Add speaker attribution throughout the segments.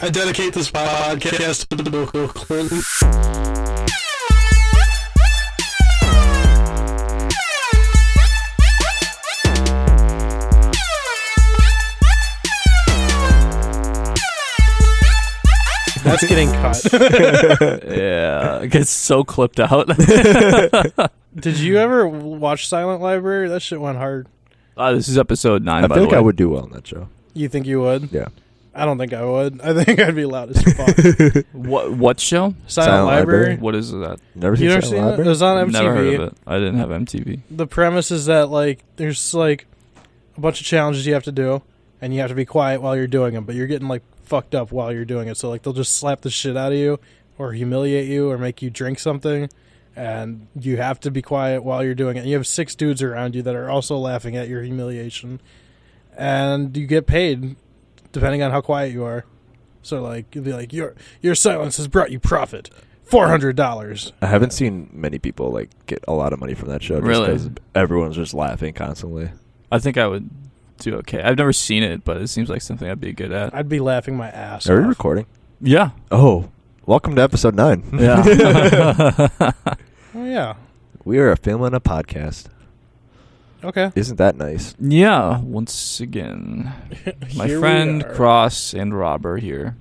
Speaker 1: I dedicate this podcast to Bill Clinton.
Speaker 2: That's getting cut.
Speaker 3: Yeah, it gets so clipped out.
Speaker 2: Did you ever watch Silent Library? That shit went hard.
Speaker 3: Uh, this is episode nine.
Speaker 4: I
Speaker 3: by
Speaker 4: feel like
Speaker 3: the way.
Speaker 4: I would do well in that show.
Speaker 2: You think you would?
Speaker 4: Yeah.
Speaker 2: I don't think I would. I think I'd be loud as fuck. Silent,
Speaker 3: What what show?
Speaker 4: Silent
Speaker 2: Library.
Speaker 4: Library?
Speaker 3: What is that?
Speaker 4: Never
Speaker 2: You
Speaker 4: seen
Speaker 2: ever
Speaker 4: Silent
Speaker 2: seen it? It
Speaker 4: Library?
Speaker 2: was on MTV.
Speaker 3: Never heard of it. I didn't have MTV.
Speaker 2: The premise is that like there's like a bunch of challenges you have to do, and you have to be quiet while you're doing them. But you're getting like fucked up while you're doing it. So like they'll just slap the shit out of you, or humiliate you, or make you drink something, and you have to be quiet while you're doing it. And you have six dudes around you that are also laughing at your humiliation, and you get paid depending on how quiet you are. So like you'll be like your your silence has brought you profit, four hundred dollars.
Speaker 4: I haven't seen many people like get a lot of money from that show. Just
Speaker 3: Really?
Speaker 4: Because everyone's just laughing constantly.
Speaker 3: I think I would do okay. I've never seen it, but it seems like something I'd be good at.
Speaker 2: I'd be laughing my ass.
Speaker 4: Are we
Speaker 2: off.
Speaker 4: recording?
Speaker 3: Yeah,
Speaker 4: Oh, welcome to episode nine.
Speaker 3: yeah.
Speaker 2: Oh yeah.
Speaker 4: we are a film and a podcast.
Speaker 2: Okay.
Speaker 4: Isn't that nice?
Speaker 3: yeah. Once again, my
Speaker 2: Here we
Speaker 3: friend
Speaker 2: are.
Speaker 3: Cross and Rob are here.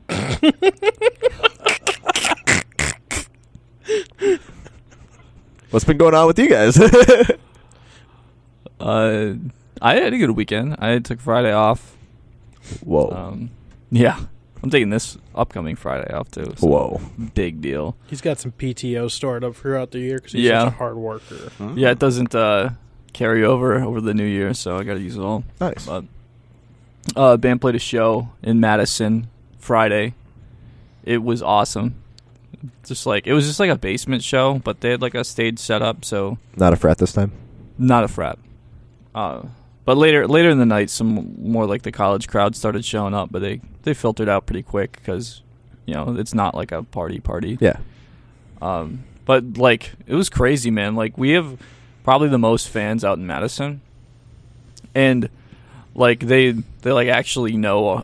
Speaker 4: What's been going on with you guys?
Speaker 3: Uh, I had a good weekend. I took Friday off.
Speaker 4: Whoa.
Speaker 3: Um, yeah, I'm taking this upcoming Friday off too. So
Speaker 4: Whoa.
Speaker 3: big deal.
Speaker 2: He's got some PTO stored up throughout the year because he's
Speaker 3: Yeah.
Speaker 2: such a hard worker.
Speaker 3: Yeah, it doesn't uh, carry over over the new year, so I got to use it all.
Speaker 4: Nice.
Speaker 3: But uh, band played a show in Madison Friday. It was awesome. Just like it was just like a basement show, but they had like a stage setup, so
Speaker 4: Not a frat this time.
Speaker 3: not a frat. Uh, but later later in the night, some more like the college crowd started showing up, but they they filtered out pretty quick because you know it's not like a party party.
Speaker 4: Yeah.
Speaker 3: Um, but like it was crazy, man. Like we have probably the most fans out in Madison, and like they they like actually know uh,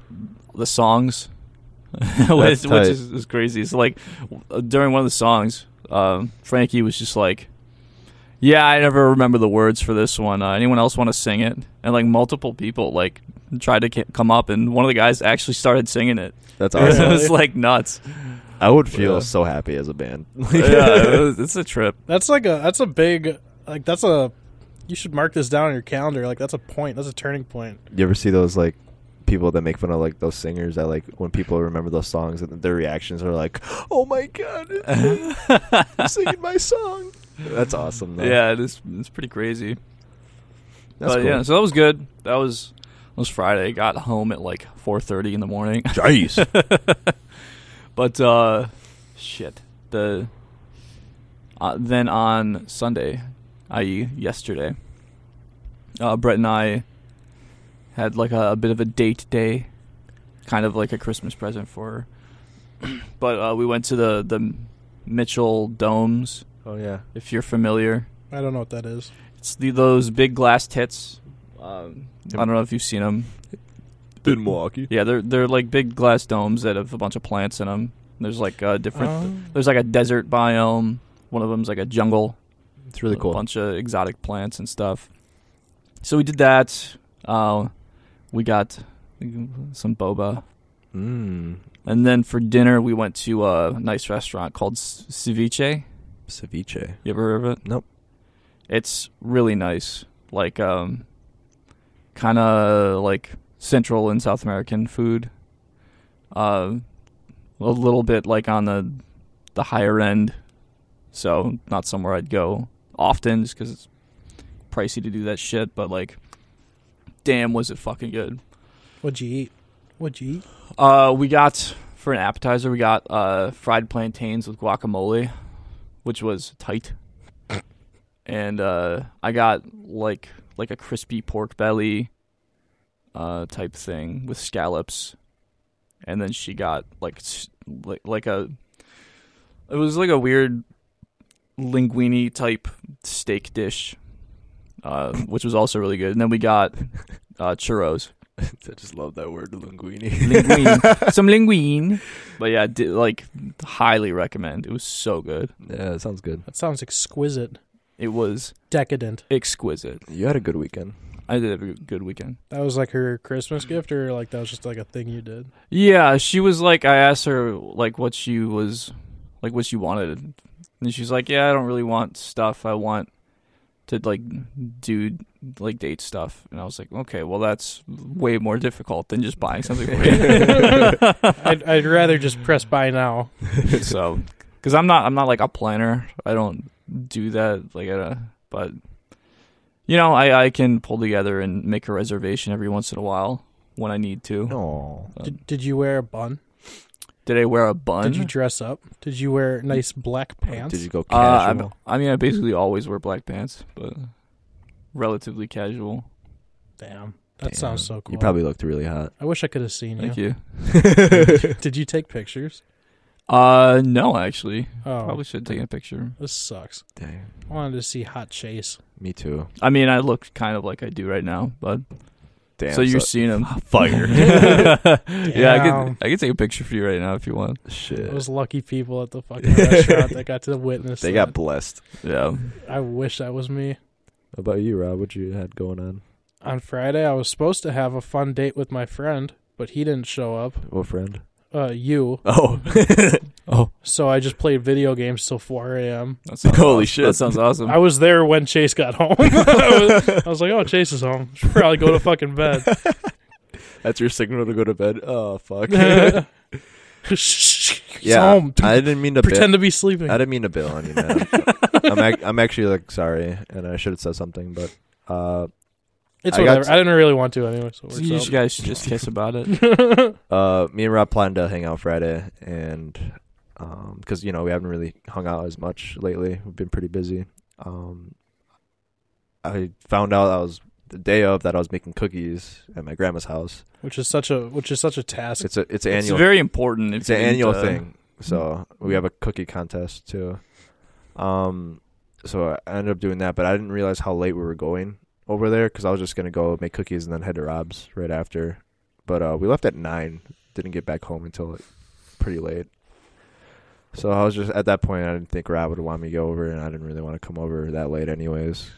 Speaker 3: the songs, which,
Speaker 4: tight.
Speaker 3: which is, is crazy. So like w- during one of the songs, um, Frankie was just like. Yeah, I never remember the words for this one. Uh, anyone else want to sing it? And like multiple people like tried to ca- come up, and one of the guys actually started singing it.
Speaker 4: That's
Speaker 3: it
Speaker 4: awesome.
Speaker 3: was like nuts.
Speaker 4: I would feel
Speaker 3: Yeah.
Speaker 4: so happy as a band.
Speaker 3: yeah, it was- it's a trip.
Speaker 2: That's like a that's a big like that's a you should mark this down on your calendar. Like that's a point. That's a turning point.
Speaker 4: You ever see those like people that make fun of like those singers that like when people remember those songs and their reactions are like, "Oh my god, I'm singing my song." That's awesome. Though.
Speaker 3: Yeah, it is. It's pretty crazy.
Speaker 4: that's
Speaker 3: but
Speaker 4: cool.
Speaker 3: yeah, so that was good. That was that was Friday. Got home at like four thirty in the morning.
Speaker 4: Jeez.
Speaker 3: But uh, shit. The uh, then on Sunday, i.e., yesterday, uh, Brett and I had like a, a bit of a date day, kind of like a Christmas present for her. but uh, we went to the the Mitchell Domes,
Speaker 4: oh yeah.
Speaker 3: if you're familiar.
Speaker 2: I don't know what that is.
Speaker 3: It's the, those big glass tits. Um, I don't know if you've seen them.
Speaker 4: In Milwaukee.
Speaker 3: Yeah, they're they're like big glass domes that have a bunch of plants in them. There's like uh, different.
Speaker 2: Um,
Speaker 3: There's like a desert biome. One of them's like a jungle.
Speaker 4: It's really
Speaker 3: A
Speaker 4: cool.
Speaker 3: bunch of exotic plants and stuff. So we did that. Uh, we got some boba,
Speaker 4: Mmm.
Speaker 3: and then for dinner we went to a nice restaurant called C- Ceviche.
Speaker 4: Ceviche.
Speaker 3: You ever heard of it?
Speaker 4: Nope.
Speaker 3: It's really nice. Like um kind of like central and South American food. Uh a little bit like on the the higher end. So, not somewhere I'd go often just cuz it's pricey to do that shit, but like damn was it fucking good.
Speaker 2: what'd you eat? What'd you eat?
Speaker 3: Uh we got for an appetizer, we got uh fried plantains with guacamole, which was tight. and uh, I got like like a crispy pork belly uh, type thing with scallops, and then she got like s- like like a it was like a weird linguine type steak dish, uh, which was also really good. And then we got uh, churros.
Speaker 4: I just love that word, linguini.
Speaker 3: Linguine. Some linguine. But yeah, di- like highly recommend. It was so good.
Speaker 4: yeah, it sounds good.
Speaker 2: That sounds exquisite,
Speaker 3: It was
Speaker 2: decadent.
Speaker 3: exquisite.
Speaker 4: You had a good weekend.
Speaker 3: I did have a good weekend.
Speaker 2: That was like her Christmas gift, or like that was just like a thing you did.
Speaker 3: Yeah, she was like I asked her like what she was like what she wanted. And she's like, "Yeah, I don't really want stuff. I want to like do like date stuff." And I was like, "Okay, well that's way more difficult than just buying something for you."
Speaker 2: I'd, I'd rather just press buy now.
Speaker 3: so because i'm not i'm not like a planner i don't do that like uh, but you know i i can pull together and make a reservation every once in a while when i need to
Speaker 4: No.
Speaker 2: Did, did you wear a bun?
Speaker 3: did i wear a bun
Speaker 2: Did you dress up? Did you wear nice black pants?
Speaker 4: Did you go
Speaker 3: uh,
Speaker 4: casual?
Speaker 3: I'm- i mean i basically always wear black pants but relatively casual
Speaker 2: Damn, that
Speaker 4: Damn.
Speaker 2: sounds so cool.
Speaker 4: You probably looked really hot.
Speaker 2: I wish I could have seen you.
Speaker 3: thank you
Speaker 2: Did you take pictures?
Speaker 3: uh no actually
Speaker 2: Oh,
Speaker 3: probably should take a picture
Speaker 2: this sucks.
Speaker 4: Dang.
Speaker 2: I wanted to see hot chase.
Speaker 4: Me too.
Speaker 3: i mean i look kind of like i do right now but
Speaker 4: Damn.
Speaker 3: so you're seeing him
Speaker 4: fire.
Speaker 3: yeah i
Speaker 2: Damn.
Speaker 3: can i can take a picture for you right now if you want
Speaker 4: Shit.
Speaker 2: Those lucky people at the fucking restaurant that got to witness.
Speaker 4: They got
Speaker 2: that.
Speaker 4: blessed.
Speaker 3: yeah
Speaker 2: I wish that was me.
Speaker 4: What about you, Rob? What you had going on?
Speaker 2: On Friday, I was supposed to have a fun date with my friend, but he didn't show up.
Speaker 4: What friend?
Speaker 2: Uh, you.
Speaker 4: Oh. oh.
Speaker 2: So I just played video games till 4 a.m.
Speaker 3: That sounds
Speaker 4: Holy
Speaker 3: aw-
Speaker 4: shit.
Speaker 3: That sounds awesome.
Speaker 2: I was there when Chase got home. I, was, I was like, oh, Chase is home. Should probably go to fucking bed.
Speaker 4: That's your signal to go to bed. Oh fuck.
Speaker 2: He's
Speaker 4: yeah.
Speaker 2: home.
Speaker 4: I didn't mean to
Speaker 2: Pretend
Speaker 4: Bi-
Speaker 2: to be sleeping.
Speaker 4: I didn't mean to bill on you, man. I'm ac- I'm actually like sorry, and I should have said something, but uh
Speaker 2: It's
Speaker 4: I got
Speaker 2: whatever.
Speaker 4: s-
Speaker 2: I didn't really want to anyway, so it works
Speaker 3: you
Speaker 2: out.
Speaker 3: guys should just kiss about it.
Speaker 4: uh me and Rob planned to hang out Friday, and um because you know we haven't really hung out as much lately. We've been pretty busy. Um, I found out I was the day of that I was making cookies at my grandma's house.
Speaker 2: Which is such a which is such a task.
Speaker 4: It's a it's an
Speaker 3: It's
Speaker 4: annual
Speaker 3: very important. if
Speaker 4: it's an
Speaker 3: you need
Speaker 4: annual
Speaker 3: to-
Speaker 4: thing. So we have a cookie contest too. Um, so I ended up doing that, but I didn't realize how late we were going over there because I was just gonna go make cookies and then head to Rob's right after. But uh, we left at nine. Didn't get back home until like, pretty late. So I was just at that point. I didn't think Rob would want me to go over, and I didn't really want to come over that late, anyways.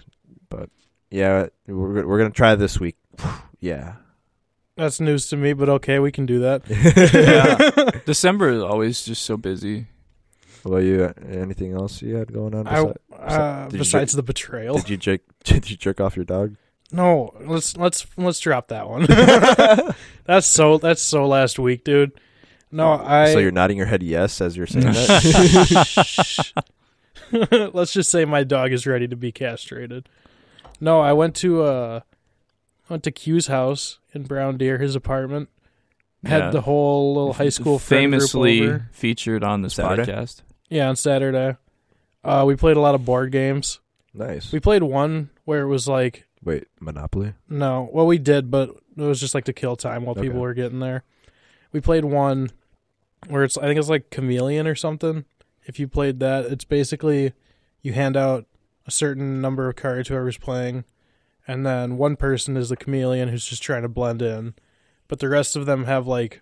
Speaker 4: But yeah, we're go- we're gonna try this week. yeah.
Speaker 2: That's news to me, but okay, we can do that.
Speaker 3: Yeah. December is always just so busy.
Speaker 4: Well, you anything else you had going on?
Speaker 2: I,
Speaker 4: besides-
Speaker 2: uh,
Speaker 4: did you
Speaker 2: besides the betrayal.
Speaker 4: Did you jerk? Did you jerk off your dog?
Speaker 2: No, let's let's let's drop that one. that's so that's so last week, dude. No, I
Speaker 4: Oh, So you're nodding your head yes as you're saying that.
Speaker 2: Shh. let's just say my dog is ready to be castrated. No, I went to uh went to Q's house in Brown Deer, his apartment. Had
Speaker 3: Yeah.
Speaker 2: the whole little high school friend group
Speaker 3: famously
Speaker 2: over.
Speaker 3: featured on this
Speaker 4: Saturday?
Speaker 3: podcast.
Speaker 2: Yeah, on Saturday. Uh, we played a lot of board games.
Speaker 4: Nice.
Speaker 2: We played one where it was like
Speaker 4: Wait, Monopoly.
Speaker 2: No. Well, we did, but it was just like to kill time while
Speaker 4: Okay.
Speaker 2: people were getting there. We played one where it's I think it's like Chameleon or something. If you played that, it's basically you hand out a certain number of cards whoever's playing, and then one person is the chameleon who's just trying to blend in, but the rest of them have like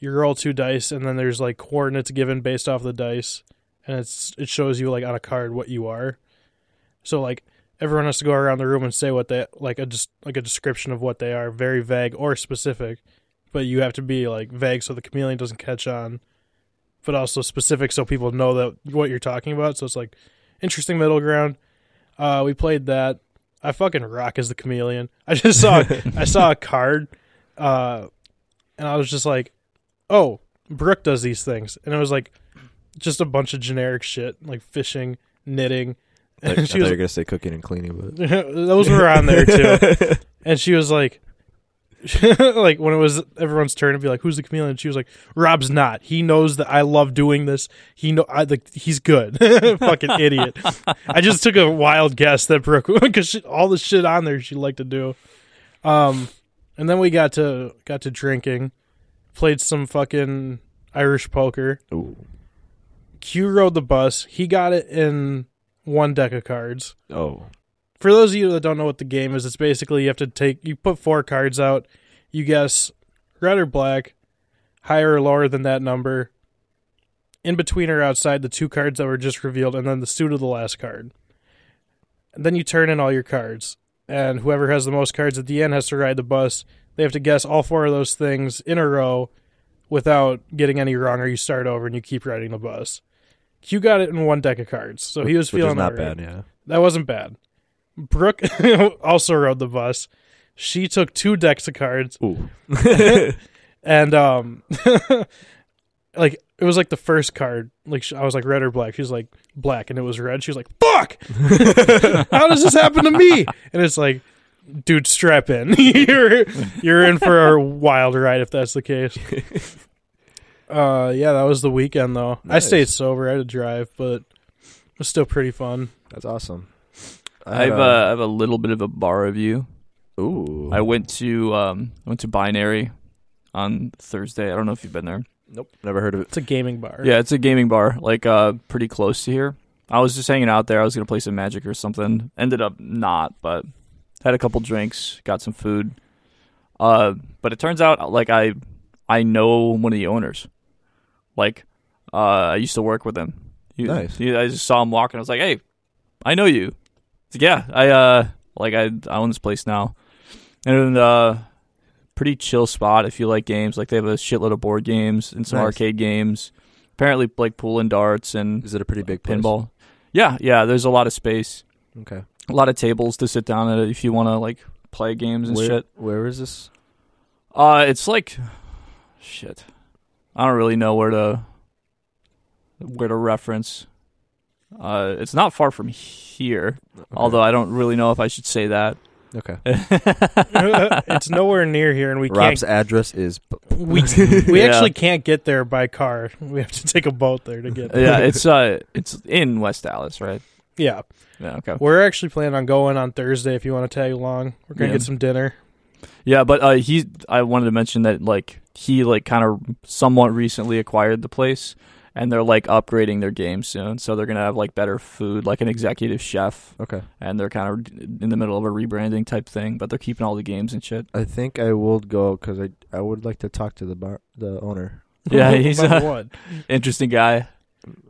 Speaker 2: you roll two dice and then there's like coordinates given based off the dice, and it's it shows you like on a card what you are. So like everyone has to go around the room and say what they like a just like a description of what they are, very vague or specific. But you have to be like vague so the chameleon doesn't catch on, but also specific so people know that what you're talking about. So it's like interesting middle ground. Uh, we played that. I fucking rock as the chameleon. I just saw I saw a card, uh, and I was just like, oh, Brooke does these things, and it was like just a bunch of generic shit like fishing, knitting.
Speaker 4: I,
Speaker 2: And
Speaker 4: thought- I
Speaker 2: she
Speaker 4: thought you
Speaker 2: was
Speaker 4: were gonna say cooking and cleaning, but
Speaker 2: those were on there too. And she was like, like when it was everyone's turn to be like, "Who's the chameleon?" She was like, "Rob's not. He knows that I love doing this. He know I like he's good. Fucking idiot." I just took a wild guess that Brooke because all the shit on there she liked to do. Um, and then we got to got to drinking, played some fucking Irish poker.
Speaker 4: Ooh.
Speaker 2: Q rode the bus. He got it in one deck of cards
Speaker 4: oh,
Speaker 2: for those of you that don't know what the game is, it's basically you have to take you put four cards out, You guess red or black, higher or lower than that number, in between or outside the two cards that were just revealed, and then the suit of the last card. And then you turn in all your cards, and whoever has the most cards at the end has to ride the bus. They have to guess all four of those things in a row without getting any wrong, or you start over and you keep riding the bus. Q got it in one deck of cards, so he was
Speaker 4: which
Speaker 2: feeling
Speaker 4: is not
Speaker 2: all right.
Speaker 4: bad. Yeah.
Speaker 2: That wasn't bad. Brooke also rode the bus. She took two decks of cards,
Speaker 4: Ooh.
Speaker 2: and um, like it was like the first card. Like sh I was like red or black. She was like black, and it was red. She was like, "Fuck! How does this happen to me?" And it's like, dude, strap in. you're you're in for a wild ride if that's the case. Uh, yeah, that was the weekend though.
Speaker 4: Nice.
Speaker 2: I stayed sober. I had to drive, but it was still pretty fun.
Speaker 4: That's awesome. I
Speaker 3: I
Speaker 4: had
Speaker 3: have
Speaker 4: a-
Speaker 3: a, I have a little bit of a bar review.
Speaker 4: Ooh.
Speaker 3: uh, I went to um I went to Binary on Thursday. I don't know if you've been there.
Speaker 4: nope. Never heard of it.
Speaker 2: It's a gaming bar.
Speaker 3: Yeah, it's a gaming bar, like uh pretty close to here. I was just hanging out there. I was gonna play some magic or something. Ended up not, but had a couple drinks, got some food. Uh, but it turns out like I I know one of the owners. Like, uh, I used to work with him. He-
Speaker 4: Nice.
Speaker 3: he- I just saw him walking. I was like, hey, I know you. He's like, yeah, I uh like I I own this place now, and uh. Pretty chill spot if you like games. Like they have a shitload of board games and some
Speaker 4: Nice.
Speaker 3: arcade games apparently like pool and darts and
Speaker 4: Is it a pretty big place?
Speaker 3: pinball. Yeah, yeah. There's a lot of space,
Speaker 4: Okay.
Speaker 3: a lot of tables to sit down at if you want to like play games and
Speaker 4: where,
Speaker 3: shit.
Speaker 4: Where is this?
Speaker 3: Uh, it's like shit. I don't really know where to where to reference. Uh, it's not far from here, although I don't really know if I should say that.
Speaker 4: Okay.
Speaker 2: it's nowhere near here, and we
Speaker 4: Rob's
Speaker 2: can't.
Speaker 4: address is.
Speaker 2: We we
Speaker 3: Yeah.
Speaker 2: actually can't get there by car. We have to take a boat there to get there.
Speaker 3: yeah, it's uh, it's in West Dallas, right?
Speaker 2: Yeah,
Speaker 3: Yeah, okay.
Speaker 2: we're actually planning on going on Thursday. If you want to tag along, we're gonna
Speaker 3: Yeah.
Speaker 2: get some dinner.
Speaker 3: Yeah, but uh, he. I wanted to mention that like he like kind of somewhat recently acquired the place, and they're like upgrading their game soon. So they're gonna have like better food, like an executive chef,
Speaker 4: Okay.
Speaker 3: and they're kind of in the middle of a rebranding type thing. But they're keeping all the games and shit.
Speaker 4: I think I will go because I I would like to talk to the bar, the owner
Speaker 3: Yeah, he's uh,
Speaker 2: About
Speaker 3: an
Speaker 2: what?
Speaker 3: interesting guy.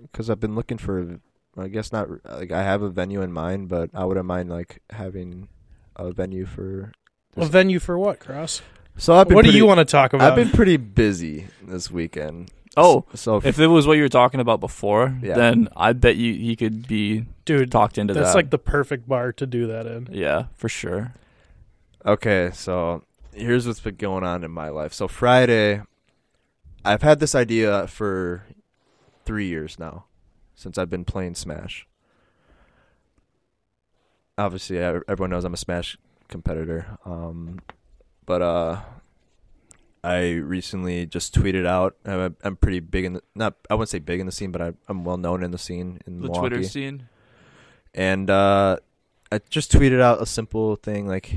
Speaker 4: because I've been looking for. I guess not. Like I have a venue in mind, but I wouldn't mind like having a venue for.
Speaker 2: A venue for what, Cross?
Speaker 4: So I've been.
Speaker 2: What do
Speaker 4: pretty-
Speaker 2: you want to talk about?
Speaker 4: I've been pretty busy this weekend.
Speaker 3: Oh,
Speaker 4: so if,
Speaker 3: if it was what you were talking about before,
Speaker 4: Yeah.
Speaker 3: then I bet you he could be
Speaker 2: Dude,
Speaker 3: talked into
Speaker 2: that's
Speaker 3: that.
Speaker 2: like the perfect bar to do that in.
Speaker 3: yeah, for sure.
Speaker 4: okay, so here's what's been going on in my life. So Friday, I've had this idea for three years now, since I've been playing Smash. Obviously, e- everyone knows I'm a Smash competitor. Um, but uh, I recently just tweeted out. I'm, a- I'm pretty big in the not. I wouldn't say big in the scene, but I, I'm well known in the scene in
Speaker 3: The
Speaker 4: Milwaukee.
Speaker 3: Twitter scene.
Speaker 4: and uh, I just tweeted out a simple thing like,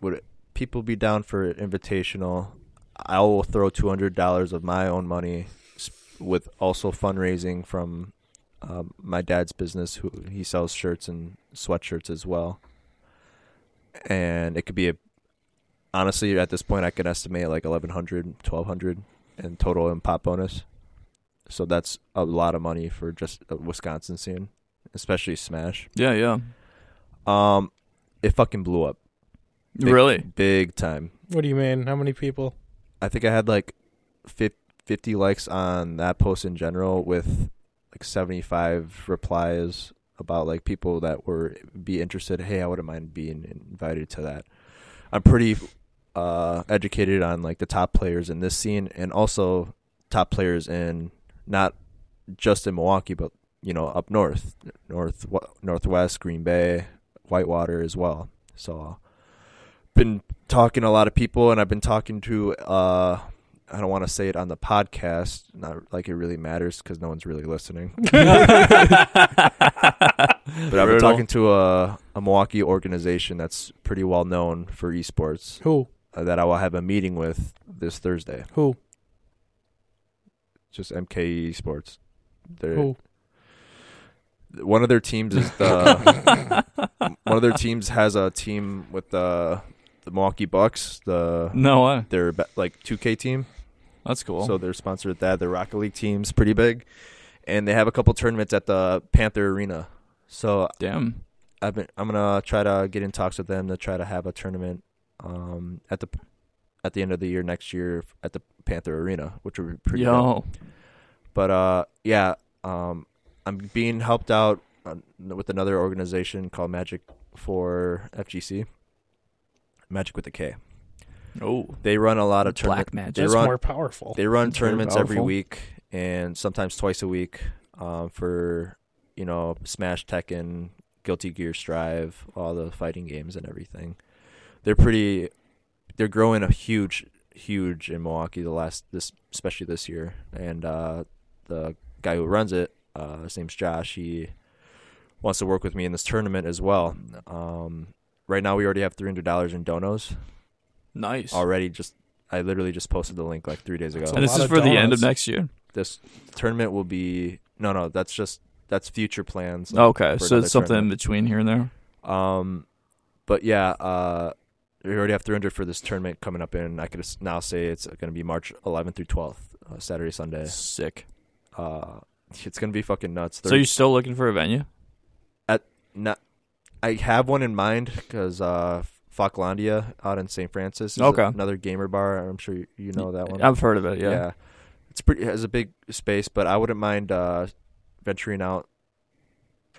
Speaker 4: "Would people be down for invitational? I will throw two hundred dollars of my own money, s- with also fundraising from um, my dad's business. Who he sells shirts and sweatshirts as well, and it could be a honestly at this point I can estimate like 1100 1200 in total in pop bonus. So that's a lot of money for just a Wisconsin scene, especially Smash.
Speaker 3: Yeah, yeah.
Speaker 4: Um, it fucking blew up Big-
Speaker 3: Really?
Speaker 4: big time.
Speaker 2: What do you mean? How many people?
Speaker 4: I think I had like fif- 50 likes on that post in general with like 75 replies about like people that were be interested. Hey, I wouldn't mind being invited to that. I'm pretty uh, educated on like the top players in this scene and also top players in not just in Milwaukee, but you know up north, north northwest, Green Bay, Whitewater as well. So been talking to a lot of people, and I've been talking to uh, I don't want to say it on the podcast, not like it really matters because no one's really listening. But I've been
Speaker 3: Brutal.
Speaker 4: talking to a, a Milwaukee organization that's pretty well known for esports
Speaker 2: Who?
Speaker 4: uh, that I will have a meeting with this Thursday.
Speaker 2: Who?
Speaker 4: Just MKE Esports. They're,
Speaker 2: Who?
Speaker 4: one of their teams is the one of their teams has a team with the the Milwaukee Bucks, the
Speaker 3: No, uh,
Speaker 4: their be- like 2K team.
Speaker 3: that's cool.
Speaker 4: So they're sponsored at that. Their Rocket League team's pretty big, and they have a couple tournaments at the Panther Arena. So
Speaker 3: Damn.
Speaker 4: I've been I'm gonna try to get in talks with them to try to have a tournament um, at the at the end of the year next year at the Panther Arena, which would be pretty. dope.
Speaker 3: Yo,
Speaker 4: But uh, yeah, um, I'm being helped out uh, with another organization called Magic for FGC, Magic with a K.
Speaker 3: oh,
Speaker 4: They run a lot of tournaments.
Speaker 3: black magic.
Speaker 4: They
Speaker 2: That's
Speaker 4: run-
Speaker 2: more powerful.
Speaker 4: They run
Speaker 3: That's very
Speaker 4: tournaments every
Speaker 3: powerful.
Speaker 4: week and sometimes twice a week um, for, you know, Smash Tekken, Guilty Gear Strive, all the fighting games and everything. They're pretty, they're growing a huge, huge in Milwaukee the last, this especially this year. And uh, the guy who runs it, uh, his name's Josh, he wants to work with me in this tournament as well. Um, right now we already have $300 in donos
Speaker 3: Nice.
Speaker 4: already just. I literally just posted the link like three days ago
Speaker 2: That's a
Speaker 3: And this
Speaker 2: lot
Speaker 3: is
Speaker 2: of
Speaker 3: for the end of
Speaker 2: donuts.
Speaker 3: next year.
Speaker 4: this tournament will be no no that's just that's future plans
Speaker 3: Okay,
Speaker 4: for
Speaker 3: so
Speaker 4: another
Speaker 3: it's something in
Speaker 4: tournament.
Speaker 3: between here and there.
Speaker 4: um but yeah uh we already have 300 for this tournament coming up in i could s- now say it's going to be march 11th through 12th uh, saturday sunday
Speaker 3: Sick.
Speaker 4: uh it's going to be fucking nuts
Speaker 3: So you're still looking for a venue?
Speaker 4: not i have one in mind because uh Falklandia out in St. Francis. is
Speaker 3: Okay.
Speaker 4: Another gamer bar. I'm sure you, you know that one.
Speaker 3: I've heard of it. Yeah.
Speaker 4: It's pretty it has a big space, but I wouldn't mind uh venturing out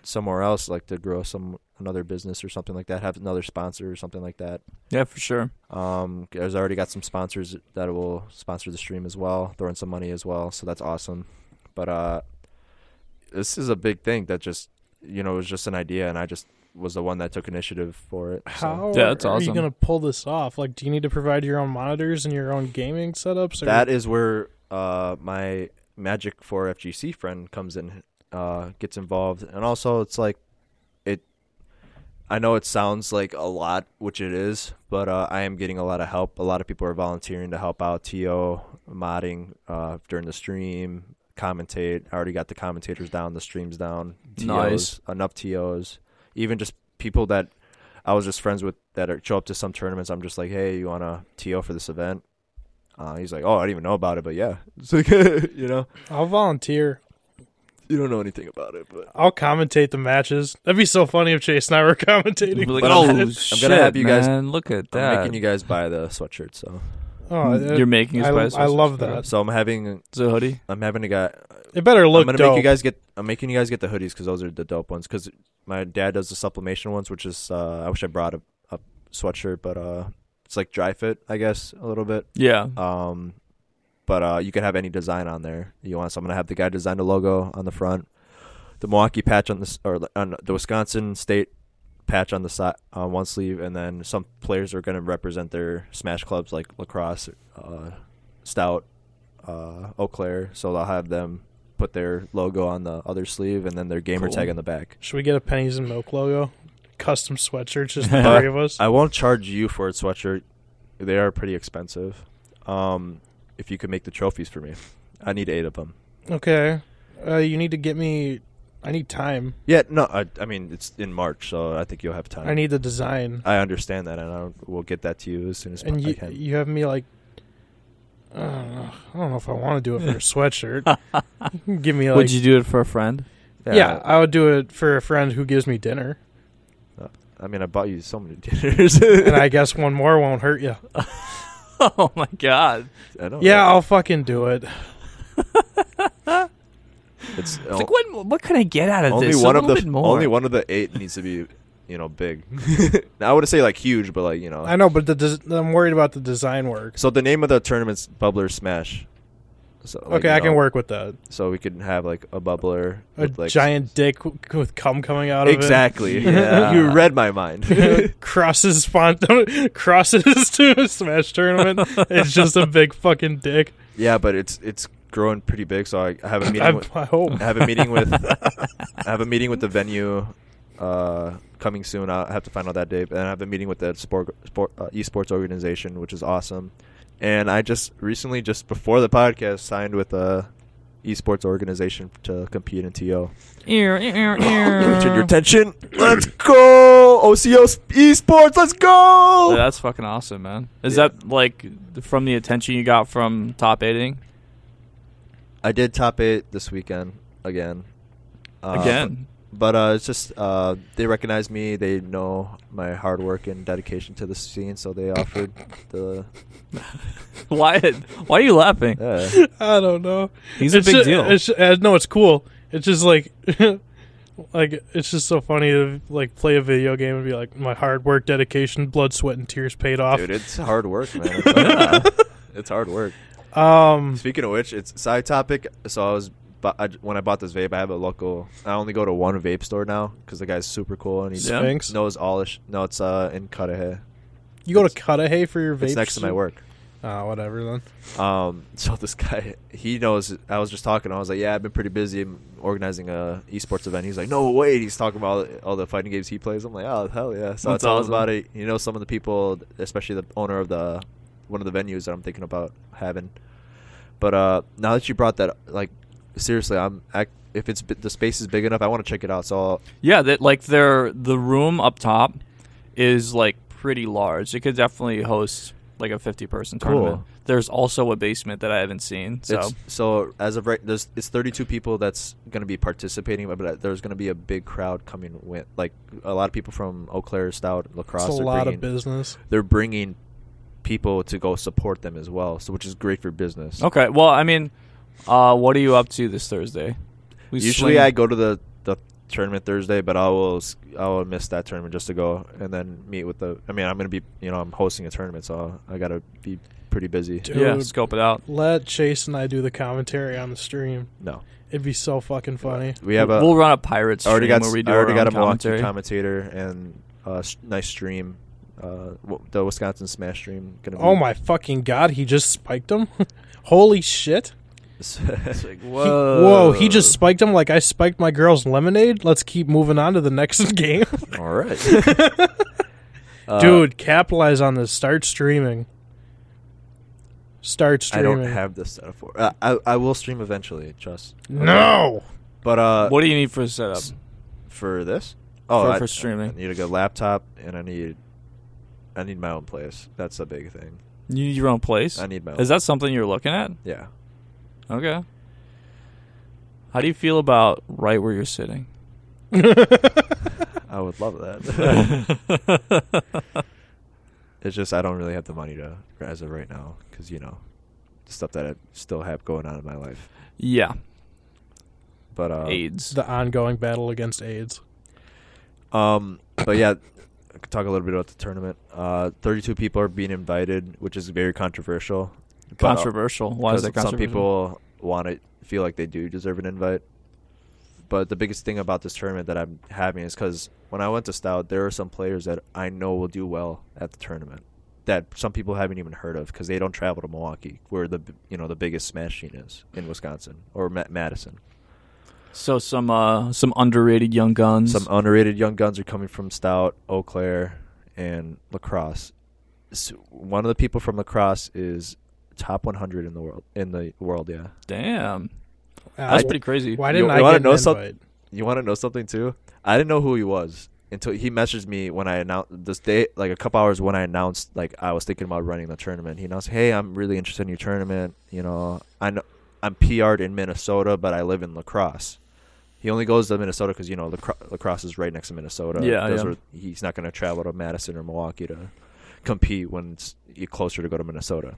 Speaker 4: somewhere else like to grow some another business or something like that, have another sponsor or something like that.
Speaker 3: Yeah, for sure.
Speaker 4: Um there's already got some sponsors that will sponsor the stream as well, throwing some money as well, so that's awesome. But uh this is a big thing that just you know, it was just an idea and I just was the one that took initiative for it. so-
Speaker 2: How
Speaker 3: Yeah, that's
Speaker 2: are you
Speaker 3: awesome.
Speaker 2: going to pull this off? Like, do you need to provide your own monitors and your own gaming setups? Or
Speaker 4: That is where uh, my Magic for FGC friend comes in, uh, gets involved, and also it's like it. I know it sounds like a lot, which it is, but uh, I am getting a lot of help. A lot of people are volunteering to help out, to modding uh, during the stream, commentate. I already got the commentators down, the streams down. TOs,
Speaker 3: Nice.
Speaker 4: enough tos. Even just people that I was just friends with that are, show up to some tournaments. I'm just like, hey, you want a TO for this event? Uh, he's like, oh, I didn't even know about it, but yeah. It's like, you know,
Speaker 2: I'll volunteer.
Speaker 4: you don't know anything about it, but
Speaker 2: I'll commentate the matches. That'd be so funny if Chase and I were commentating.
Speaker 3: You'll be
Speaker 4: But
Speaker 3: oh,
Speaker 4: I'm- I'm gonna
Speaker 3: shit,
Speaker 4: have you guys-
Speaker 3: man, Look at
Speaker 4: I'm
Speaker 3: that.
Speaker 4: making you guys buy the sweatshirt. So,
Speaker 2: Oh, it-
Speaker 3: You're making
Speaker 2: I-
Speaker 3: a spice.
Speaker 2: I love that.
Speaker 4: so I'm having,
Speaker 3: It's a hoodie.
Speaker 4: I'm having a guy.
Speaker 2: it better
Speaker 4: I'm
Speaker 2: look
Speaker 4: gonna
Speaker 2: dope.
Speaker 4: make you guys get. I'm making you guys get the hoodies because those are the dope ones. Because my dad does the supplementation ones, which is uh, I wish I brought a, a sweatshirt, but uh, it's like dry fit, I guess, a little bit.
Speaker 3: Yeah.
Speaker 4: Um, but uh, you can have any design on there you want. So I'm gonna have the guy design the logo on the front, the Milwaukee patch on this or on the Wisconsin state patch on the side on one sleeve, and then some players are gonna represent their smash clubs like lacrosse, uh, stout, uh, Eau Claire. So they'll have them put their logo on the other sleeve and then their gamer
Speaker 3: Cool.
Speaker 4: tag on the back.
Speaker 2: Should we get a pennies and milk logo? Custom sweatshirts, just the three of us.
Speaker 4: I won't charge you for a sweatshirt. They are pretty expensive. Um, if you could make the trophies for me, I need eight of them.
Speaker 2: Okay. Uh, you need to get me. I need time.
Speaker 4: Yeah, no, I, I mean it's in March, so I think you'll have time.
Speaker 2: I need the design,
Speaker 4: I understand that, and I will get that to you as soon as
Speaker 2: and
Speaker 4: I
Speaker 2: you
Speaker 4: can.
Speaker 2: you have me like. I don't know. I don't know if I want to do it for a sweatshirt. You can give me like.
Speaker 3: Would you do it for a friend?
Speaker 2: yeah, I would do it for a friend who gives me dinner,
Speaker 4: I mean, I bought you so many dinners.
Speaker 2: and I guess one more won't hurt you.
Speaker 3: oh my god.
Speaker 4: I don't
Speaker 2: Yeah,
Speaker 4: know.
Speaker 2: I'll fucking do it.
Speaker 4: it's
Speaker 3: It's
Speaker 4: o-
Speaker 3: like what? What can I get out of
Speaker 4: only
Speaker 3: this?
Speaker 4: one
Speaker 3: a
Speaker 4: of the
Speaker 3: little bit more.
Speaker 4: only one of the eight needs to be, you know, big. now, I would say like huge, but like you know.
Speaker 2: I know, but the des- I'm worried about the design work.
Speaker 4: so the name of the tournament's Bubbler Smash. So like,
Speaker 2: Okay,
Speaker 4: you
Speaker 2: I can
Speaker 4: know,
Speaker 2: work with that.
Speaker 4: So we could have like a bubbler,
Speaker 2: A
Speaker 4: with, like,
Speaker 2: giant dick w- with cum coming out of
Speaker 4: Exactly.
Speaker 3: Yeah.
Speaker 4: you read my mind.
Speaker 2: it. crosses font crosses to a smash tournament. It's just a big fucking dick.
Speaker 4: yeah, but it's it's growing pretty big. So I, I have a meeting.
Speaker 2: I,
Speaker 4: with,
Speaker 2: I hope.
Speaker 4: I have a meeting with I have a meeting with the venue uh, coming soon. I have to find out that date. And I have a meeting with the sport, sport uh, esports organization, which is awesome. And I just recently, just before the podcast, signed with a esports organization to compete in TO.
Speaker 3: Ear, ear, ear.
Speaker 4: Turn your attention. Let's go, OCO s- esports. Let's go.
Speaker 3: Yeah, that's fucking awesome, man. Is
Speaker 4: Yeah.
Speaker 3: that like from the attention you got from top eighting
Speaker 4: I did top eight this weekend again. Uh,
Speaker 3: again?
Speaker 4: but uh, it's just uh, they recognize me. They know my hard work and dedication to the scene, so they offered the.
Speaker 3: why? Why are you laughing?
Speaker 4: Yeah.
Speaker 2: I don't know.
Speaker 3: He's a
Speaker 2: It's
Speaker 3: big
Speaker 2: ju-
Speaker 3: deal.
Speaker 2: It's, uh, no, it's cool. It's just like, like it's just so funny to like play a video game and be like, my hard work, dedication, blood, sweat, and tears paid off.
Speaker 4: Dude, it's hard work, man. It's hard, it's hard work.
Speaker 2: Um,
Speaker 4: Speaking of which, it's side topic. So I was bu- I, when I bought this vape, I have a local. I only go to one vape store now because the guy's super cool and he
Speaker 3: Yeah.
Speaker 2: Sphinx.
Speaker 4: knows all. His sh- no, it's uh in Cudahy.
Speaker 2: You go to Cudahy for your vape.
Speaker 4: It's next to my work.
Speaker 2: Ah, whatever then.
Speaker 4: Um, so this guy, he knows. I was just talking. I was like, "Yeah, I've been pretty busy organizing a esports event." He's like, "No way!" He's talking about all, all the fighting games he plays. I'm like, "Oh hell yeah!" So
Speaker 3: That's
Speaker 4: it's all
Speaker 3: awesome.
Speaker 4: about it. You know, some of the people, especially the owner of the one of the venues that I'm thinking about having. But uh, now that you brought that, like, seriously, I'm I, if it's bi- the space is big enough, I want to check it out. So I'll,
Speaker 3: yeah, that like their the room up top is like pretty large. It could definitely host like a fifty person
Speaker 4: Cool.
Speaker 3: tournament. There's also a basement that I haven't seen. So
Speaker 4: It's, so as of right, there's it's 32 people that's going to be participating, but- but there's going to be a big crowd coming with like a lot of people from Eau Claire, Stout, Lacrosse.
Speaker 2: It's a
Speaker 4: they're
Speaker 2: lot
Speaker 4: bringing,
Speaker 2: of business.
Speaker 4: They're bringing people to go support them as well, so which is great for business.
Speaker 3: okay. Well, I mean, uh, what are you up to this Thursday? We
Speaker 4: Usually
Speaker 3: swing-
Speaker 4: I go to the the tournament Thursday, but I will s- I will miss that tournament just to go and then meet with the. I mean, I'm going to be you know I'm hosting a tournament, so I got to be pretty busy.
Speaker 2: Dude.
Speaker 3: Yeah, scope it out.
Speaker 2: Let Chase and I do the commentary on the stream.
Speaker 4: No,
Speaker 2: It'd be so fucking funny.
Speaker 4: we have a
Speaker 3: we'll run a pirates.
Speaker 4: I already
Speaker 3: stream
Speaker 4: got
Speaker 3: where we do
Speaker 4: I already
Speaker 3: our
Speaker 4: got a
Speaker 3: own commentary.
Speaker 4: Milwaukee commentator and a s nice stream. Uh, w- the Wisconsin Smash stream gonna be.
Speaker 2: Oh my fucking god, he just spiked him. Holy shit.
Speaker 3: It's like,
Speaker 2: He- whoa,
Speaker 3: whoa,
Speaker 2: he just spiked him like I spiked my girl's lemonade. Let's keep moving on to the next game.
Speaker 4: All right, Uh,
Speaker 2: Dude, capitalize on this. Start streaming. Start
Speaker 4: I
Speaker 2: streaming.
Speaker 4: don't have this setup for. Uh, I I will stream eventually, trust.
Speaker 2: No.
Speaker 4: But uh,
Speaker 3: What do you need for a setup?
Speaker 4: for this? Oh,
Speaker 3: For-
Speaker 4: I-
Speaker 3: for streaming.
Speaker 4: I need a good laptop, and I need, I need my own place. That's the big thing.
Speaker 3: You need your own place.
Speaker 4: I need my. Own.
Speaker 3: Is that something you're looking at?
Speaker 4: Yeah.
Speaker 3: Okay. How do you feel about right where you're sitting?
Speaker 4: I would love that.
Speaker 3: yeah,
Speaker 4: it's just I don't really have the money to as of right now because you know, the stuff that I still have going on in my life. But uh,
Speaker 3: AIDS.
Speaker 2: the ongoing battle against AIDS.
Speaker 4: Um, but yeah, I could talk a little bit about the tournament. Uh, 32 people are being invited, which is very controversial. But, uh,
Speaker 3: controversial. Why is that
Speaker 4: because Some
Speaker 3: controversial?
Speaker 4: people want to feel like they do deserve an invite. But the biggest thing about this tournament that I'm having is because when I went to Stout, there are some players that I know will do well at the tournament that some people haven't even heard of because they don't travel to Milwaukee, where the b- you know the biggest smash scene is in Wisconsin or Ma- Madison.
Speaker 3: So some uh some underrated young guns.
Speaker 4: Some underrated young guns are coming from Stout, Eau Claire, and Lacrosse. S one of the people from Lacrosse is top 100 in the world. In the world, yeah.
Speaker 3: Damn.
Speaker 2: Uh,
Speaker 3: That's pretty crazy.
Speaker 2: Why
Speaker 4: You-
Speaker 2: didn't
Speaker 4: you
Speaker 2: I
Speaker 4: wanna
Speaker 2: get
Speaker 4: know
Speaker 2: an
Speaker 4: some-
Speaker 2: invite?
Speaker 4: You want to know something too? I didn't know who he was until he messaged me when I announced this day, like a couple hours when I announced, like I was thinking about running the tournament. He announced, "Hey, I'm really interested in your tournament. You know, I know I'm PR'd in Minnesota, but I live in Lacrosse." He only goes to Minnesota because you know Lacro- Lacrosse is right next to Minnesota.
Speaker 3: Yeah,
Speaker 4: Those
Speaker 3: yeah.
Speaker 4: are- he's not going to travel to Madison or Milwaukee to compete when it's you're closer to go to Minnesota.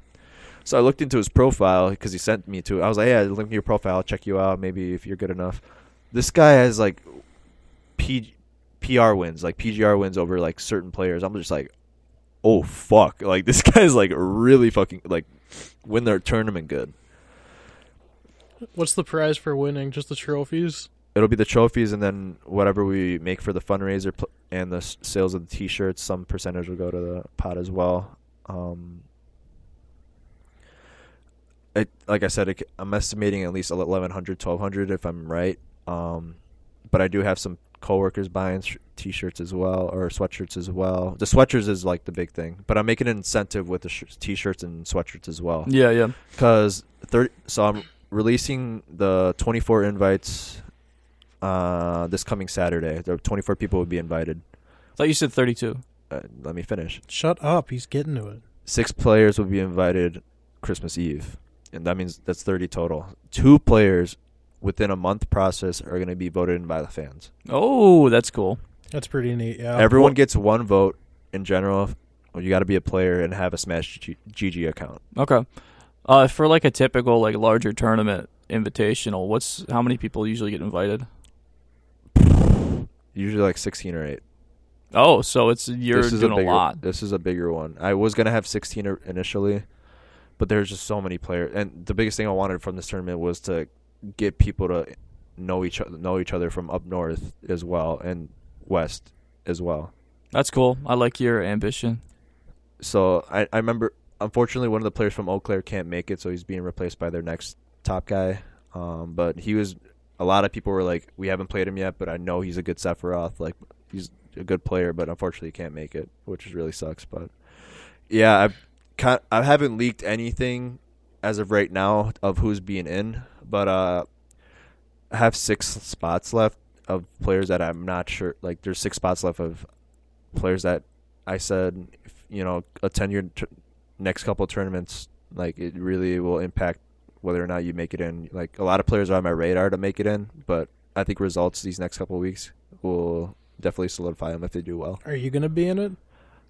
Speaker 4: So I looked into his profile because he sent me to. I was like, "Yeah, link to your profile. I'll check you out. Maybe if you're good enough." This guy has like P- PR wins, like PGR wins over like certain players. I'm just like, "Oh fuck!" Like this guy's like really fucking like win their tournament good.
Speaker 2: What's the prize for winning? Just the trophies?
Speaker 4: It'll be the trophies and then whatever we make for the fundraiser pl- and the s- sales of the t-shirts. Some percentage will go to the pot as well. Um, it, like I said, it, c- I'm estimating at least 1,100, 1,200 if I'm right. Um, but I do have some coworkers buying sh- t-shirts as well or sweatshirts as well. The sweatshirts is like the big thing, but I'm making an incentive with the sh- t-shirts and sweatshirts as well
Speaker 3: Yeah, yeah.
Speaker 4: because thirty. So I'm releasing the 24 invites uh, this coming Saturday. There are 24 people would be invited.
Speaker 3: I thought you said 32.
Speaker 4: Uh, let me finish.
Speaker 2: Shut up. He's getting to it.
Speaker 4: Six players will be invited Christmas Eve, and that means that's 30 total. Two players within a month process are going to be voted in by the fans.
Speaker 3: Oh, that's cool.
Speaker 2: That's pretty neat. Yeah.
Speaker 4: Everyone gets one vote in general. You got to be a player and have a Smash G- GG account.
Speaker 3: Okay. Uh, for like a typical like larger tournament invitational, what's how many people usually get invited?
Speaker 4: Usually like 16 or 8.
Speaker 3: Oh, so it's you're
Speaker 4: this is
Speaker 3: doing
Speaker 4: a,
Speaker 3: a,
Speaker 4: bigger,
Speaker 3: lot.
Speaker 4: This is a bigger one. I was gonna have 16 or- initially, but there's just so many players, and the biggest thing I wanted from this tournament was to get people to know each other, know each other from up north as well and west as well.
Speaker 3: That's cool. I like your ambition.
Speaker 4: So I, I remember, unfortunately, one of the players from Eau Claire can't make it, so he's being replaced by their next top guy. Um, but he was a lot of people were like, we haven't played him yet, but I know he's a good Sephiroth. Like he's a good player, but unfortunately, he can't make it, which is really sucks. But yeah, I kind I haven't leaked anything as of right now of who's being in, but uh, I have six spots left of players that I'm not sure. Like there's six spots left of players that I said, if, you know, attend your t- next couple tournaments. Like it really will impact whether or not you make it in. Like a lot of players are on my radar to make it in, but I think results these next couple weeks will definitely solidify them if they do well.
Speaker 2: Are you gonna be in it?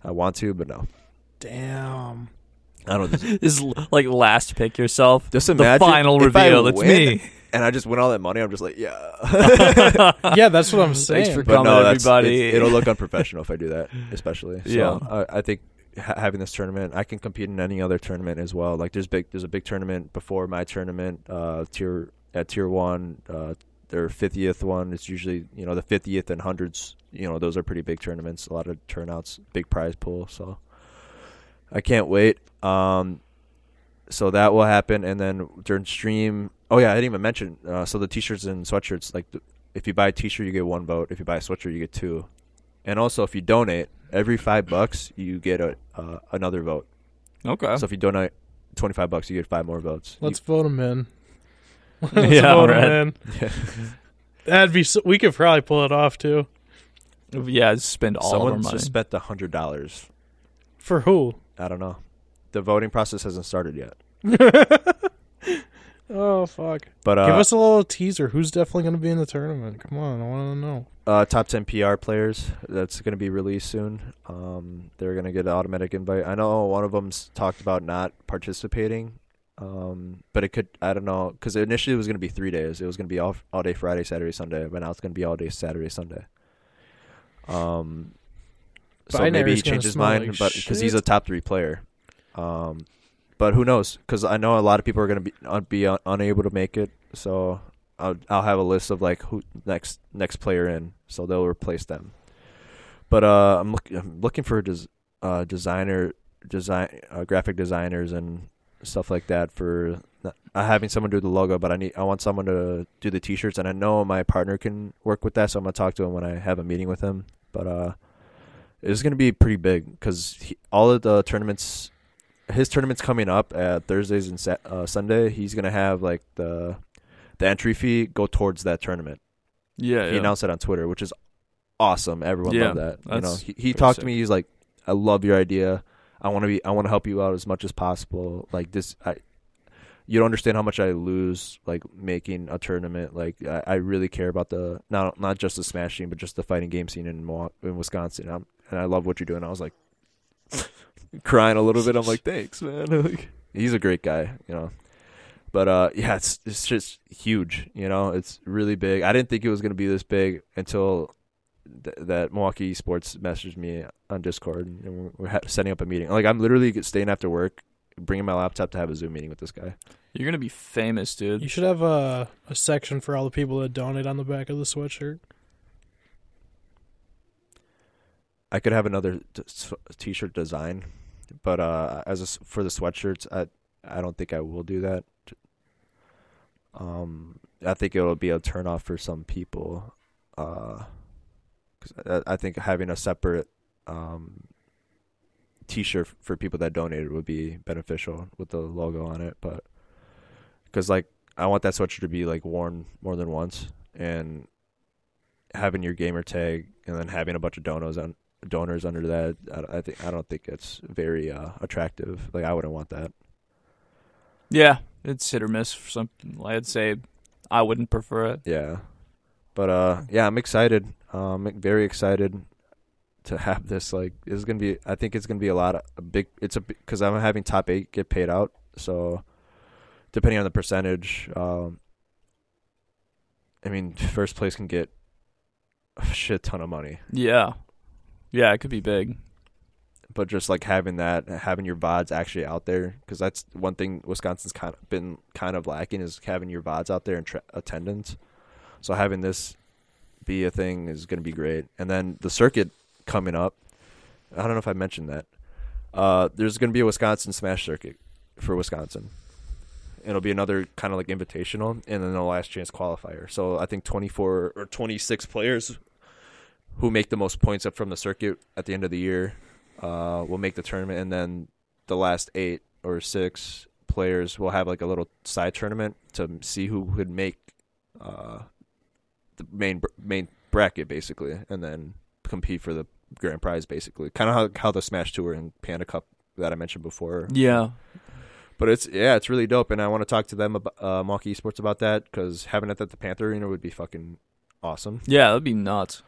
Speaker 4: I want to, but no,
Speaker 2: Damn.
Speaker 4: I don't.
Speaker 3: This is l- like last pick yourself.
Speaker 4: Just
Speaker 3: the
Speaker 4: imagine
Speaker 3: final
Speaker 4: if I
Speaker 3: reveal. It's
Speaker 4: win
Speaker 3: me.
Speaker 4: and I just win all that money. I'm just like, yeah.
Speaker 2: Yeah, that's what I'm
Speaker 3: Thanks for
Speaker 2: saying.
Speaker 3: Come on,
Speaker 4: that's-
Speaker 3: everybody.
Speaker 4: it's- it'll look unprofessional if I do that, especially. So
Speaker 3: Yeah.
Speaker 4: I, I think ha- having this tournament, I can compete in any other tournament as well. Like there's big, there's a big tournament before my tournament, uh, tier at tier one, uh, their fiftieth one. It's usually you know the fiftieth and hundreds. You know those are pretty big tournaments. A lot of turnouts, big prize pool. So I can't wait. Um, so that will happen, and then during stream. Oh yeah, I didn't even mention. Uh, so the t-shirts and sweatshirts, like th- if you buy a t-shirt, you get one vote. If you buy a sweatshirt, you get two. And also, if you donate, every five bucks you get a uh, another vote.
Speaker 3: Okay.
Speaker 4: So if you donate twenty five bucks, you get five more votes. You-
Speaker 2: Let's vote him in. Let's
Speaker 3: Yeah,
Speaker 2: vote
Speaker 3: right.
Speaker 2: him in. That'd be. So, we could probably pull it off too.
Speaker 3: yeah, spend all of our
Speaker 4: someone
Speaker 3: money.
Speaker 4: just spent the hundred dollars.
Speaker 2: For who?
Speaker 4: I don't know. The voting process hasn't started yet.
Speaker 2: Oh fuck.
Speaker 4: But uh,
Speaker 2: Give us a little teaser. Who's definitely gonna be in the tournament? Come on, I want to know.
Speaker 4: uh, top 10 PR players that's going to be released soon. Um, they're going to get an automatic invite. I know one of them's talked about not participating, um, but it could, I don't know, because initially it was going to be three days. It was going to be all, all day Friday, Saturday, Sunday, but now it's going to be all day Saturday, Sunday. Um, so maybe
Speaker 2: Binary's
Speaker 4: he
Speaker 2: gonna
Speaker 4: changed his
Speaker 2: smell
Speaker 4: mind,
Speaker 2: like
Speaker 4: but because he's a
Speaker 2: shit.
Speaker 4: top three player. Um, but who knows? Because I know a lot of people are going to be un- be un- unable to make it. So I'll I'll have a list of like who next next player in, so they'll replace them. But uh, I'm looking I'm looking for des- uh, designer design uh, graphic designers and stuff like that for not, uh, having someone do the logo. But I need I want someone to do the t-shirts, and I know my partner can work with that, so I'm gonna talk to him when I have a meeting with him. But uh, it's gonna be pretty big because all of the tournaments his tournament's coming up at Thursdays and Sa- uh, Sunday. He's gonna have like the the entry fee go towards that tournament.
Speaker 3: yeah,
Speaker 4: He announced it on Twitter, which is awesome. Everyone
Speaker 3: Yeah,
Speaker 4: loved that. You know,
Speaker 3: that's
Speaker 4: he, he
Speaker 3: pretty
Speaker 4: talked
Speaker 3: sick.
Speaker 4: to me. He's like, "I love your idea. I want to be. I want to help you out as much as possible. Like this, I." You don't understand how much I lose, like making a tournament. Like I, I really care about the not not just the Smash scene, but just the fighting game scene in Mo- in Wisconsin. i and I love what you're doing. I was like crying a little bit. I'm like, thanks, man. Like, he's a great guy, you know. But uh, yeah, it's it's just huge. You know, it's really big. I didn't think it was gonna be this big until th- that Milwaukee Sports messaged me on Discord, and we're ha- setting up a meeting. Like I'm literally staying after work, bringing my laptop to have a Zoom meeting with this guy.
Speaker 3: You're gonna be famous, dude.
Speaker 2: You should have a a section for all the people that donate on the back of the sweatshirt.
Speaker 4: I could have another t- s- t-shirt design, but uh, as a s for the sweatshirts, I I don't think I will do that. Um, I think it'll be a turnoff for some people, because I, I think having a separate um t-shirt for people that donated would be beneficial with the logo on it, but because like I want that sweatshirt to be like worn more than once, and having your gamer tag, and then having a bunch of donors on donors under that. I, I think I don't think it's very uh, attractive. Like I wouldn't want that.
Speaker 3: Yeah, it's hit or miss for some. I'd say I wouldn't prefer it.
Speaker 4: Yeah, but uh, yeah, I'm excited. Um, very excited to have this. Like, this is gonna be. I think it's gonna be a lot of a big. It's a because I'm having top eight get paid out. So, depending on the percentage, um, I mean, first place can get a shit ton of money.
Speaker 3: Yeah, yeah, it could be big.
Speaker 4: But just like having that, having your vods actually out there, because that's one thing Wisconsin's kind of been kind of lacking is having your vods out there and tra- attendance. So having this be a thing is going to be great. And then the circuit coming up. I don't know if I mentioned that. Uh, there's going to be a Wisconsin Smash Circuit for Wisconsin. It'll be another kind of like invitational, and then the last chance qualifier. So I think 24 or 26 players who make the most points up from the circuit at the end of the year uh, will make the tournament, and then the last eight or six players will have like a little side tournament to see who would make uh, the main br- main bracket basically, and then compete for the grand prize basically. Kind of how how the Smash Tour and Panda Cup that I mentioned before.
Speaker 3: Yeah,
Speaker 4: But it's yeah, it's really dope, and I want to talk to them about uh, Mock Esports about that because having it at the Panther Arena would be fucking awesome.
Speaker 3: yeah, that'd be nuts.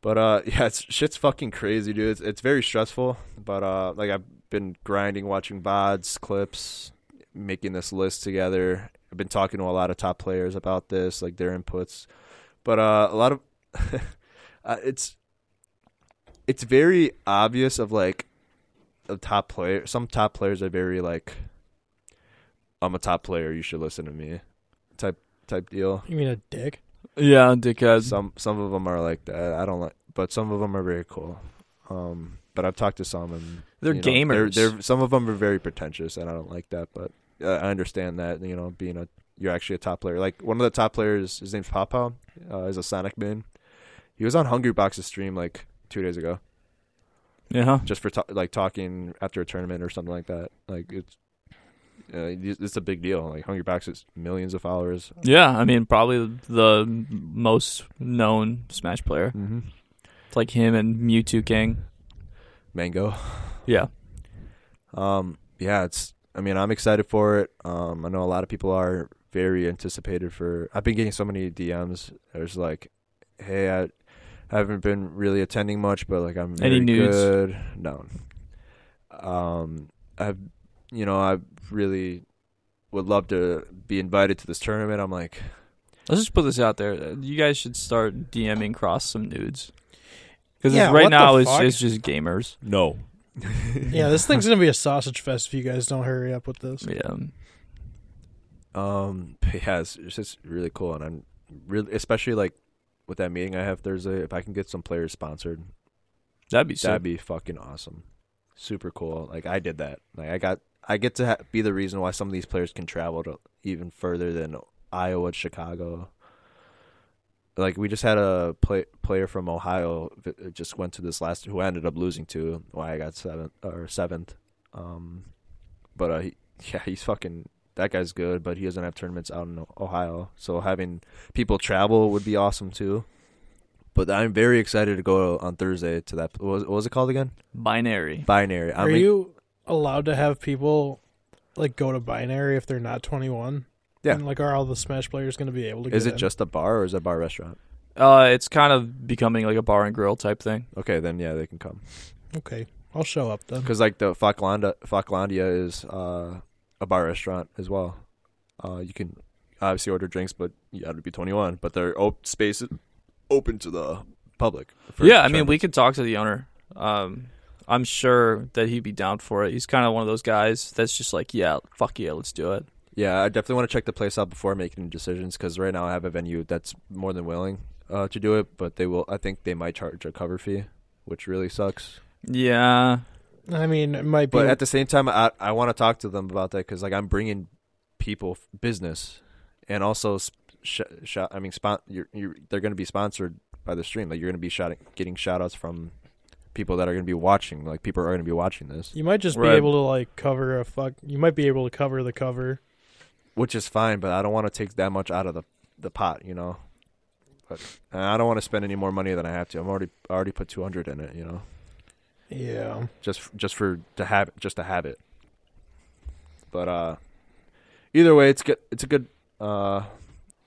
Speaker 4: But uh, yeah, it's shit's fucking crazy, dude. It's, it's very stressful, but uh, like I've been grinding, watching vods, clips, making this list together. I've been talking to a lot of top players about this, like their inputs. But uh, a lot of uh, it's it's very obvious of like a top player. Some top players are very like, I'm a top player. You should listen to me, type type deal.
Speaker 2: You mean a dick?
Speaker 3: Yeah, dickhead.
Speaker 4: Some some of them are like that. I don't like, but some of them are very cool. Um, but I've talked to some and
Speaker 3: They're
Speaker 4: you know,
Speaker 3: gamers.
Speaker 4: They're, they're some of them are very pretentious, and I don't like that. But uh, I understand that you know being a you're actually a top player. Like one of the top players, his name's Papa, uh, is a Sonic man. He was on Hungry Box's stream like two days ago,
Speaker 3: yeah,
Speaker 4: just for ta- like talking after a tournament or something like that. Like it's uh, it's a big deal. Like Hungry Box has millions of followers.
Speaker 3: yeah. I mean, probably the most known Smash player.
Speaker 4: Mm-hmm.
Speaker 3: It's like him and Mewtwo King.
Speaker 4: Mango.
Speaker 3: Yeah,
Speaker 4: Um, yeah, it's. I mean, I'm excited for it. Um, I know a lot of people are very anticipated for. I've been getting so many DMs. There's like, hey, I haven't been really attending much, but like I'm very
Speaker 3: Any nudes?
Speaker 4: good. No. Um, I've, you know, I really would love to be invited to this tournament. I'm like,
Speaker 3: let's just put this out there. You guys should start DMing Cross some nudes because
Speaker 2: Yeah, what
Speaker 3: right
Speaker 2: the
Speaker 3: now it's,
Speaker 2: fuck?
Speaker 3: it's just gamers.
Speaker 4: no.
Speaker 2: Yeah, this thing's gonna be a sausage fest if you guys don't hurry up with this.
Speaker 3: Yeah,
Speaker 4: Um, but yeah, it's, it's just really cool, and I'm really, especially like with that meeting I have Thursday. If I can get some players sponsored,
Speaker 3: that'd be sick.
Speaker 4: That'd be fucking awesome. Super cool. Like I did that. Like I got I get to ha- be the reason why some of these players can travel to even further than Iowa, Chicago. Like we just had a play, player from Ohio v- just went to this last who I ended up losing to why I got seventh or seventh. Um, but uh, he, yeah, he's fucking that guy's good, but he doesn't have tournaments out in O- Ohio. So having people travel would be awesome too. But I'm very excited to go on Thursday to that. What was, what was it called again?
Speaker 3: Binary.
Speaker 4: Binary. I'm
Speaker 2: Are
Speaker 4: like-
Speaker 2: you allowed to have people like go to binary if they're not twenty one?
Speaker 4: Yeah.
Speaker 2: And like, are all the Smash players gonna be able to?
Speaker 4: Is
Speaker 2: get
Speaker 4: it
Speaker 2: in?
Speaker 4: just a bar or is it a bar restaurant?
Speaker 3: Uh, it's kind of becoming like a bar and grill type thing.
Speaker 4: Okay, then yeah, they can come.
Speaker 2: okay? I'll show up then.
Speaker 4: Because like the Falklandia, Falklandia is uh, a bar restaurant as well. Uh, you can obviously order drinks, but you have to be 21. But their op- space is open to the public. for
Speaker 3: yeah, I mean,
Speaker 4: tournaments.
Speaker 3: we could talk to the owner. Um, I'm sure that he'd be down for it. He's kind of one of those guys that's just like, yeah, fuck yeah, let's do it.
Speaker 4: Yeah, I definitely want to check the place out before making decisions because right now I have a venue that's more than willing uh, to do it, but they will. I think they might charge a cover fee, which really sucks.
Speaker 3: Yeah,
Speaker 2: I mean, it might be.
Speaker 4: But at the same time, I I want to talk to them about that because like I'm bringing people f- business, and also sp- sh- sh- I mean, spon- you're, you're, they're going to be sponsored by the stream. Like you're going to be shouting, getting shout outs from people that are going to be watching. Like people are going to be watching this.
Speaker 2: you might just
Speaker 3: Right.
Speaker 2: be able to like cover a fuck. You might be able to cover the cover
Speaker 4: which is fine, but I don't want to take that much out of the the pot, you know. But and I don't want to spend any more money than I have to. I'm already I already put 200 in it, you know.
Speaker 2: Yeah.
Speaker 4: Just just for to have just to have it. But uh either way, it's good it's a good uh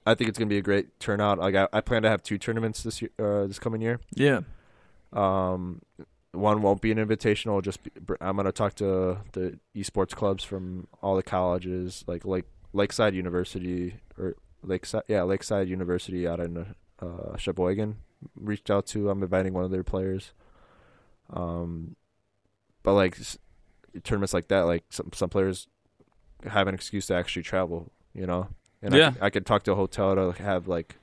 Speaker 4: I think it's going to be a great turnout. Like I, I plan to have two tournaments this year uh, this coming year.
Speaker 3: Yeah.
Speaker 4: Um, one won't be an invitational. it'll Just be, br- I'm gonna talk to the esports clubs from all the colleges, like like Lakeside University or Lakeside, yeah, Lakeside University out in uh, Sheboygan. Reached out to. I'm inviting one of their players. Um, but like s- tournaments like that, like some some players have an excuse to actually travel. You know, and I
Speaker 3: Yeah.
Speaker 4: could- I could talk to a hotel to have like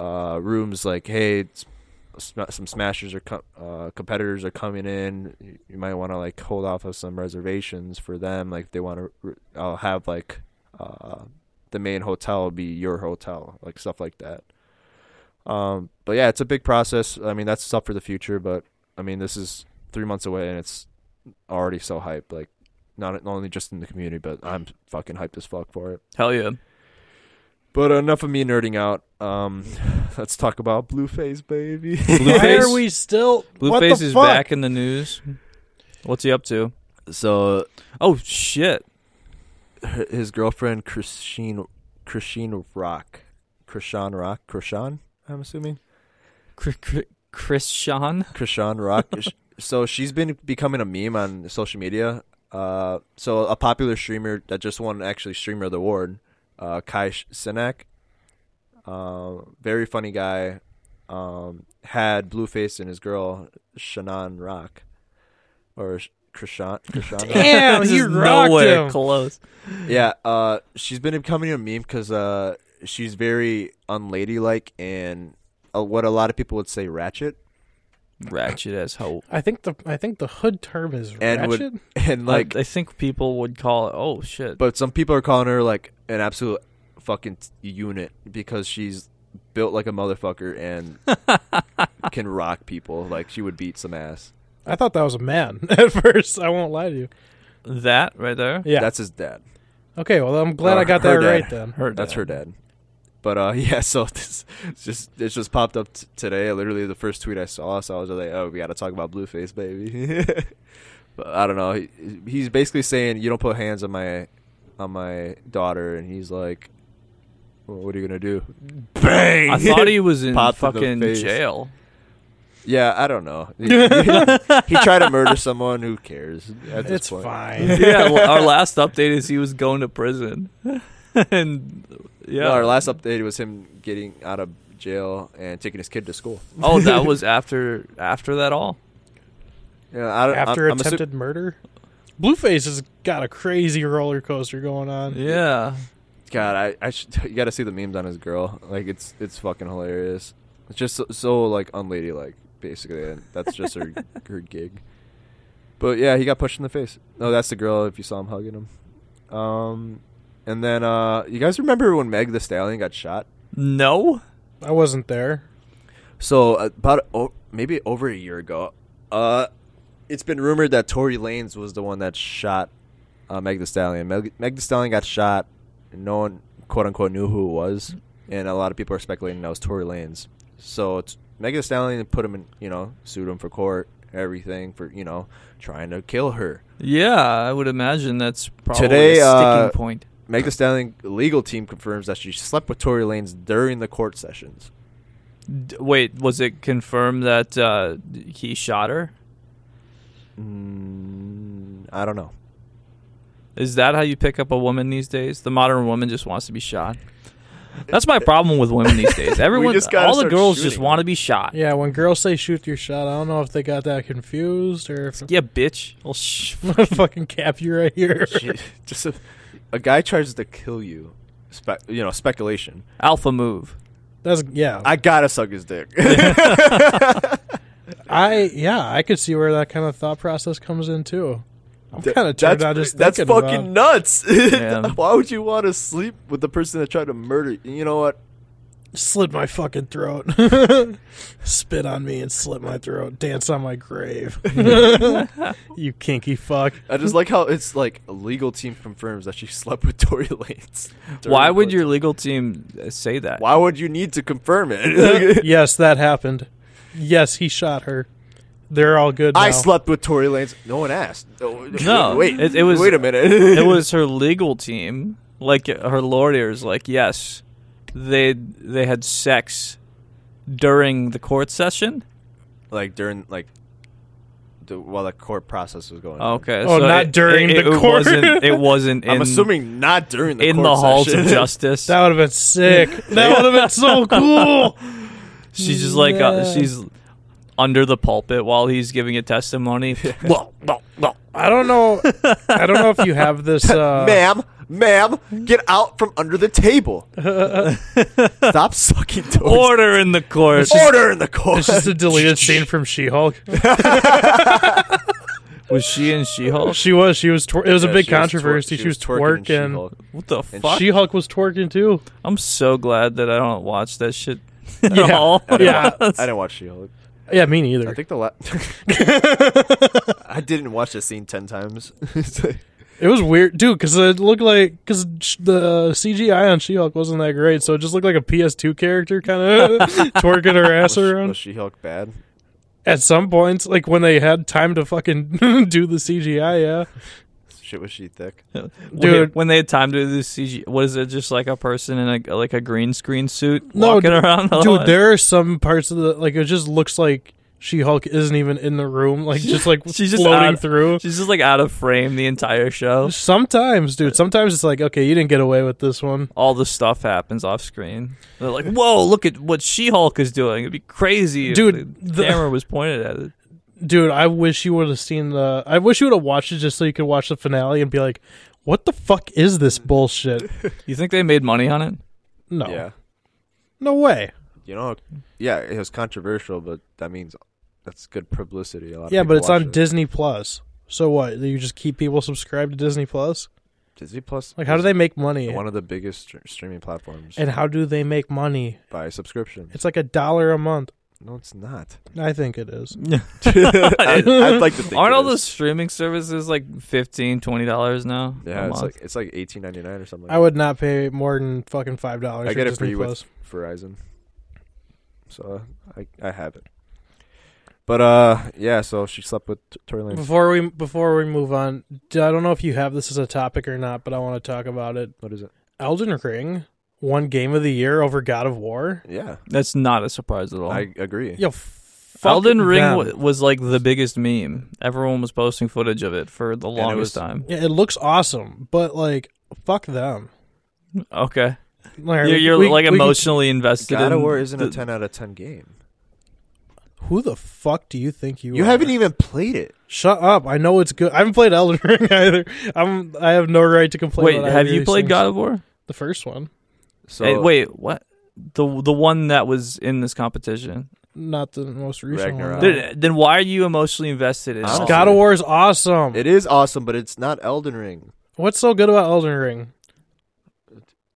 Speaker 4: uh, rooms like, hey, it's, sm- some smashers or co- uh, competitors are coming in. You, you might want to like hold off of some reservations for them. Like if they want to, re- I'll have like uh, the main hotel be your hotel, like stuff like that. Um, but yeah, it's a big process. I mean, that's stuff for the future. But I mean, this is three months away, and it's already so hyped. Like not, not only just in the community, but I'm fucking hyped as fuck for it.
Speaker 3: Hell yeah.
Speaker 4: But enough of me nerding out. Um, let's talk about Blueface, baby.
Speaker 2: Why
Speaker 3: Blueface.
Speaker 2: are we still? what
Speaker 3: Blueface
Speaker 2: the
Speaker 3: is
Speaker 2: fuck?
Speaker 3: back in the news. What's he up to?
Speaker 4: so
Speaker 3: Oh shit.
Speaker 4: h- his girlfriend Christine, Christine Rock, Krishan Rock, Krishan. I'm assuming
Speaker 3: Cr- cr- Chris Sean.
Speaker 4: Krishan Rock. Sh- so she's been becoming a meme on social media. Uh, so a popular streamer that just won actually streamer of the award, uh, Kai Sh- Sinek, uh, very funny guy, um, had Blueface and his girl Shannon Rock, or Sh- Krishan. Krishan Rock.
Speaker 2: Damn,
Speaker 3: This
Speaker 2: he
Speaker 3: is
Speaker 2: rocked
Speaker 3: nowhere
Speaker 2: him.
Speaker 3: close.
Speaker 4: yeah, uh, she's been becoming a meme because uh, she's very unladylike and uh, what a lot of people would say ratchet.
Speaker 3: Ratchet as hoe.
Speaker 2: I think the I think the hood term is
Speaker 4: And would-
Speaker 2: ratchet.
Speaker 4: And like,
Speaker 3: Like I, I think people would call it. Oh shit.
Speaker 4: but some people are calling her like an absolute fucking t- unit because she's built like a motherfucker and can rock people. Like she would beat some ass.
Speaker 2: I thought that was a man at first. I won't lie to you.
Speaker 3: that right there.
Speaker 2: Yeah.
Speaker 4: That's his dad.
Speaker 2: okay. Well, I'm glad
Speaker 4: Uh,
Speaker 2: I got that
Speaker 4: her dad.
Speaker 2: right then.
Speaker 3: Heard
Speaker 4: That's
Speaker 3: that.
Speaker 4: her dad. But uh, yeah, so this it's just it just popped up t- today. Literally the first tweet I saw, so I was like, "Oh, we got to talk about Blueface, baby." but I don't know. He, he's basically saying, "You don't put hands on my on my daughter," and he's like, well, "What are you gonna do?" Bang!
Speaker 3: I thought he was in
Speaker 4: Popped in the
Speaker 3: fucking
Speaker 4: face.
Speaker 3: jail.
Speaker 4: yeah, I don't know. He, he tried to murder someone. Who cares? At this
Speaker 2: It's
Speaker 4: point.
Speaker 2: fine.
Speaker 3: yeah, well, our last update is he was going to prison. and yeah.
Speaker 4: No, our last update was him getting out of jail and taking his kid to school.
Speaker 3: oh, that was after after that all.
Speaker 4: Yeah, I don't. I'm-
Speaker 2: After
Speaker 4: I'm, assu-
Speaker 2: attempted murder, Blueface has got a crazy roller coaster going on.
Speaker 3: Yeah.
Speaker 4: God, I, I should, you got to see the memes on his girl. Like it's it's fucking hilarious. It's just so, so like unladylike, basically. And that's just her her gig. But yeah, he got pushed in the face. No, that's the girl. If you saw him hugging him, um, and then uh, you guys remember when Meg the Stallion got shot?
Speaker 3: No.
Speaker 2: I wasn't there.
Speaker 4: So about oh, maybe over a year ago, uh, it's been rumored that Tory Lanez was the one that shot uh, Meg The Stallion. Meg, Meg The Stallion got shot. And no one, quote unquote, knew who it was, and a lot of people are speculating that was Tory Lanez. So it's, Meg The Stallion put him in, you know, sued him for court, everything for you know, trying to kill her.
Speaker 3: Yeah, I would imagine that's probably
Speaker 4: Today,
Speaker 3: a sticking
Speaker 4: uh,
Speaker 3: point.
Speaker 4: Meg The Stallion legal team confirms that she slept with Tory Lanez during the court sessions.
Speaker 3: D- wait, was it confirmed that uh, he shot her?
Speaker 4: Mm, I don't know.
Speaker 3: Is that how you pick up a woman these days? The modern woman just wants to be shot. That's my problem with women these days. Everyone,
Speaker 4: just gotta
Speaker 3: all the
Speaker 4: start
Speaker 3: girls just
Speaker 4: shooting.
Speaker 3: want to be shot.
Speaker 2: Yeah, when girls say shoot your shot, I don't know if they got that confused or if
Speaker 3: Yeah, bitch. Well, sh-
Speaker 2: I'm gonna fucking cap you right here.
Speaker 4: Shit. just a, a guy tries to kill you. Spe- you know, speculation.
Speaker 3: alpha move.
Speaker 2: That's yeah.
Speaker 4: I gotta suck his dick.
Speaker 2: I yeah, I could see where that kind of thought process comes in too. I'm kind of turned
Speaker 4: that's
Speaker 2: on just
Speaker 4: that's
Speaker 2: thinking
Speaker 4: fucking
Speaker 2: about.
Speaker 4: nuts.
Speaker 3: Yeah.
Speaker 4: Why would you want to sleep with the person that tried to murder you? You know what?
Speaker 2: slit my fucking throat, spit on me and slit my throat, dance on my grave. you kinky fuck.
Speaker 4: I just like how it's like a legal team confirms that she slept with Tory Lanez.
Speaker 3: Why
Speaker 4: during
Speaker 3: would
Speaker 4: Blitz.
Speaker 3: your legal team uh, say that?
Speaker 4: Why would you need to confirm it?
Speaker 2: yes, that happened. Yes, he shot her. They're all good.
Speaker 4: I
Speaker 2: now.
Speaker 4: slept with Tory Lanez. No one asked. No,
Speaker 3: No,
Speaker 4: wait.
Speaker 3: it- it was-
Speaker 4: Wait a minute.
Speaker 3: It was her legal team. Like uh, her lawyers, like yes, they they had sex during the court session.
Speaker 4: like during like the, while the court process was going. on.
Speaker 3: Okay.
Speaker 2: Oh,
Speaker 3: so
Speaker 2: not
Speaker 3: it-
Speaker 2: during
Speaker 3: it-
Speaker 2: the
Speaker 3: it
Speaker 2: court.
Speaker 3: Wasn't, it wasn't. In,
Speaker 4: I'm assuming not during the
Speaker 3: in
Speaker 4: court
Speaker 3: the halls
Speaker 4: session.
Speaker 3: of justice.
Speaker 2: That would have been sick. That would have been so cool.
Speaker 3: she's just like uh,
Speaker 2: Yeah.
Speaker 3: she's under the pulpit while he's giving a testimony. Well, well, well.
Speaker 2: I don't know. I don't know if you have this. Uh,
Speaker 4: ma'am, ma'am, get out from under the table. Stop sucking toys.
Speaker 3: Order in the court.
Speaker 4: Order in the court.
Speaker 2: It's just a deleted scene from She-Hulk.
Speaker 3: Was she in She-Hulk?
Speaker 2: She was. She was. Twer- it was a
Speaker 4: Yeah,
Speaker 2: big
Speaker 4: she was twer-
Speaker 2: controversy. she, was twerking.
Speaker 4: in She-Hulk.
Speaker 3: What the
Speaker 4: And
Speaker 3: fuck?
Speaker 2: She-Hulk was twerking too.
Speaker 3: I'm so glad that I don't watch that shit at
Speaker 2: Yeah.
Speaker 3: all.
Speaker 4: I didn't
Speaker 2: Yeah.
Speaker 4: wa- I didn't watch She-Hulk.
Speaker 2: Yeah, me
Speaker 4: I
Speaker 2: neither.
Speaker 4: think the la- I didn't watch this scene ten times.
Speaker 2: It was weird, dude, because it looked like because the CGI on She-Hulk wasn't that great, so it just looked like a PS2 character kind of twerking her ass
Speaker 4: was,
Speaker 2: around.
Speaker 4: was She-Hulk bad?
Speaker 2: At some points, like when they had time to fucking do the CGI, yeah.
Speaker 4: Shit, was she thick?
Speaker 3: Dude,
Speaker 2: Dude.
Speaker 3: when they had time to do the CG, what is it? Just like a person in a like a green screen suit
Speaker 2: No,
Speaker 3: walking
Speaker 2: d-
Speaker 3: around.
Speaker 4: Uh,
Speaker 2: Dude, there are some parts of the like it just looks like She-Hulk isn't even in the room, like just like
Speaker 3: She's just
Speaker 2: floating
Speaker 3: out-
Speaker 2: through.
Speaker 3: she's just like out of frame the entire show.
Speaker 2: Sometimes, dude. Sometimes it's like, okay, you didn't get away with this one.
Speaker 3: All the stuff happens off screen. They're like, "Whoa, look at what She-Hulk is doing! It'd be crazy, if
Speaker 2: Dude,
Speaker 3: The,
Speaker 2: the-
Speaker 3: camera was pointed at it.
Speaker 2: Dude, I wish you would have seen the. I wish you would have watched it just so you could watch the finale and be like, what the fuck is this bullshit?
Speaker 3: You think they made money on it?
Speaker 2: No.
Speaker 4: Yeah,
Speaker 2: No way.
Speaker 4: you know. Yeah, it was controversial, but that means that's good publicity. A lot of
Speaker 2: Yeah, but
Speaker 4: people
Speaker 2: it's on
Speaker 4: watched it.
Speaker 2: Disney Plus. So what? Do you just keep people subscribed to Disney Plus?
Speaker 4: Disney Plus.
Speaker 2: Like, how do
Speaker 4: is
Speaker 2: they make money?
Speaker 4: One of the biggest str- streaming platforms
Speaker 2: And how do they make money?
Speaker 4: by subscription.
Speaker 2: It's like a dollar a month.
Speaker 4: No, it's not.
Speaker 2: I think it is.
Speaker 4: I, would like to think.
Speaker 3: Aren't
Speaker 4: it
Speaker 3: all
Speaker 4: is.
Speaker 3: those streaming services like 15 dollars now?
Speaker 4: Yeah,
Speaker 3: a
Speaker 4: it's
Speaker 3: month?
Speaker 4: like it's like eighteen ninety nine or something.
Speaker 2: I would not pay more than fucking five dollars.
Speaker 4: I
Speaker 2: for
Speaker 4: get it
Speaker 2: Disney
Speaker 4: free
Speaker 2: Plus.
Speaker 4: with Verizon, so I I have it. But uh, yeah. So she slept with T- Tory Lanez.
Speaker 2: Before we before we move on, d- I don't know if you have this as a topic or not, but I want to talk about it.
Speaker 4: What is it?
Speaker 2: Elden Ring won Game of the Year over God of War.
Speaker 4: Yeah,
Speaker 3: That's not a surprise at all.
Speaker 4: I agree.
Speaker 2: Yo, fuck
Speaker 3: Elden Ring
Speaker 2: them.
Speaker 3: w- was like the biggest meme. Everyone was posting footage of it for the
Speaker 4: it
Speaker 3: longest
Speaker 4: was-
Speaker 3: time.
Speaker 2: yeah, it looks awesome, but like, fuck them.
Speaker 3: Okay,
Speaker 2: Like,
Speaker 3: you're, you're
Speaker 2: we-
Speaker 3: like
Speaker 2: we can-
Speaker 3: emotionally invested.
Speaker 4: God
Speaker 3: in
Speaker 4: of War isn't
Speaker 3: the,
Speaker 4: a ten out of ten game.
Speaker 2: who the fuck do you think you?
Speaker 4: You
Speaker 2: are?
Speaker 4: haven't e-, even played it.
Speaker 2: Shut up! I know it's good. I haven't played Elden Ring either. I'm. I have no right to complain.
Speaker 3: Wait,
Speaker 2: about
Speaker 3: have
Speaker 2: either of
Speaker 3: you
Speaker 2: these
Speaker 3: played
Speaker 2: things.
Speaker 3: God of War?
Speaker 2: The first one,
Speaker 4: So
Speaker 3: Eh, wait, what? The the one that was in this competition.
Speaker 2: not the most recent
Speaker 4: Ragnarok.
Speaker 2: one.
Speaker 4: Dude,
Speaker 3: Then, then why are you emotionally invested in?
Speaker 4: Honestly.
Speaker 3: it?
Speaker 2: God of War is awesome.
Speaker 4: it is awesome, but it's not Elden Ring.
Speaker 2: What's so good about Elden Ring?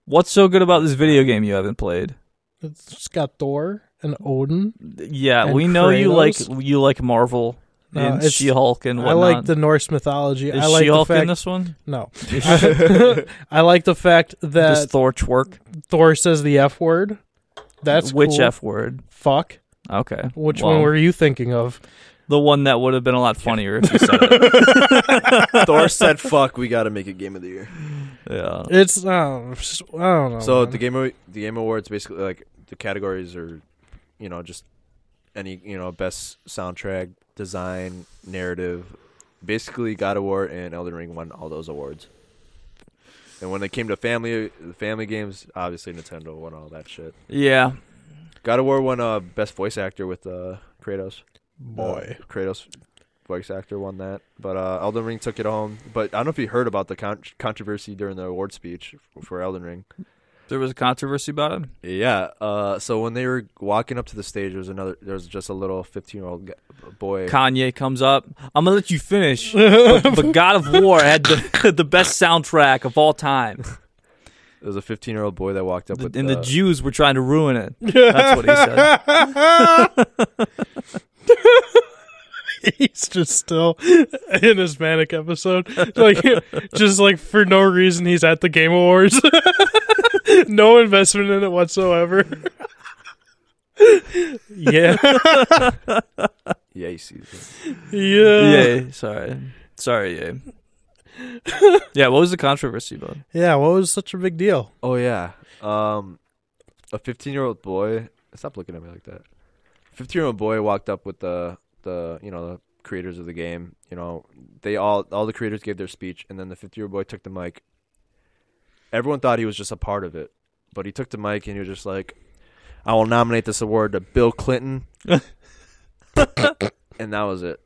Speaker 3: What's so good about this video game you haven't played?
Speaker 2: It's just got Thor and Odin.
Speaker 3: Yeah,
Speaker 2: And
Speaker 3: we know you like
Speaker 2: Kratos?
Speaker 3: you like Marvel
Speaker 2: No,
Speaker 3: and
Speaker 2: Uh, it's-
Speaker 3: She Hulk and
Speaker 2: I
Speaker 3: whatnot.
Speaker 2: like the Norse mythology.
Speaker 3: Is
Speaker 2: I like
Speaker 3: She
Speaker 2: the
Speaker 3: Hulk in
Speaker 2: fact.
Speaker 3: this one?
Speaker 2: no,
Speaker 3: Is
Speaker 2: I, I like the fact
Speaker 3: Does
Speaker 2: that
Speaker 3: Thor twerk?
Speaker 2: Thor says the F word. That's
Speaker 3: which
Speaker 2: cool.
Speaker 3: F word?
Speaker 2: Fuck.
Speaker 3: Okay,
Speaker 2: Which
Speaker 3: well,
Speaker 2: one were you thinking of?
Speaker 3: the one that would have been a lot funnier if you said it?
Speaker 4: Thor said, "Fuck, we got to make a game of the year."
Speaker 3: Yeah.
Speaker 2: It's um, s- I don't know.
Speaker 4: So
Speaker 2: man.
Speaker 4: the game Awa- the game awards basically like the categories are, you know, just any you know best soundtrack, design, narrative. Basically, God of War and Elden Ring won all those awards. And when it came to family the family games, obviously Nintendo won all that shit.
Speaker 3: Yeah.
Speaker 4: God of War won uh, best voice actor with uh, Kratos.
Speaker 2: boy,
Speaker 4: Uh, Kratos voice actor won that, but uh, Elden Ring took it home. But I don't know if you heard about the con- controversy during the award speech for Elden Ring.
Speaker 3: There was a controversy about it.
Speaker 4: Yeah. Uh, so when they were walking up to the stage, there was another. There was just a little fifteen-year-old boy.
Speaker 3: Kanye comes up. I'm gonna let you finish. but, but God of War had the, the best soundtrack of all time.
Speaker 4: There was a 15 year old boy that walked up with
Speaker 3: and the
Speaker 4: uh,
Speaker 3: Jews were trying to ruin it. That's what he said.
Speaker 2: he's just still in his manic episode. Like, just like for no reason, he's at the Game Awards. no investment in it whatsoever. yeah,
Speaker 4: yeah, he sees it.
Speaker 2: yeah,
Speaker 3: Yay. Sorry. Sorry, yay. yeah, what was the controversy about?
Speaker 2: yeah. What was such a big deal?
Speaker 4: Oh yeah, um, a 15 year old boy. Stop looking at me like that. 15 year old boy walked up with the the you know the creators of the game. You know they all all the creators gave their speech, and then the 15 year old boy took the mic. Everyone thought he was just a part of it, but he took the mic and he was just like, "I will nominate this award to Bill Clinton," and that was it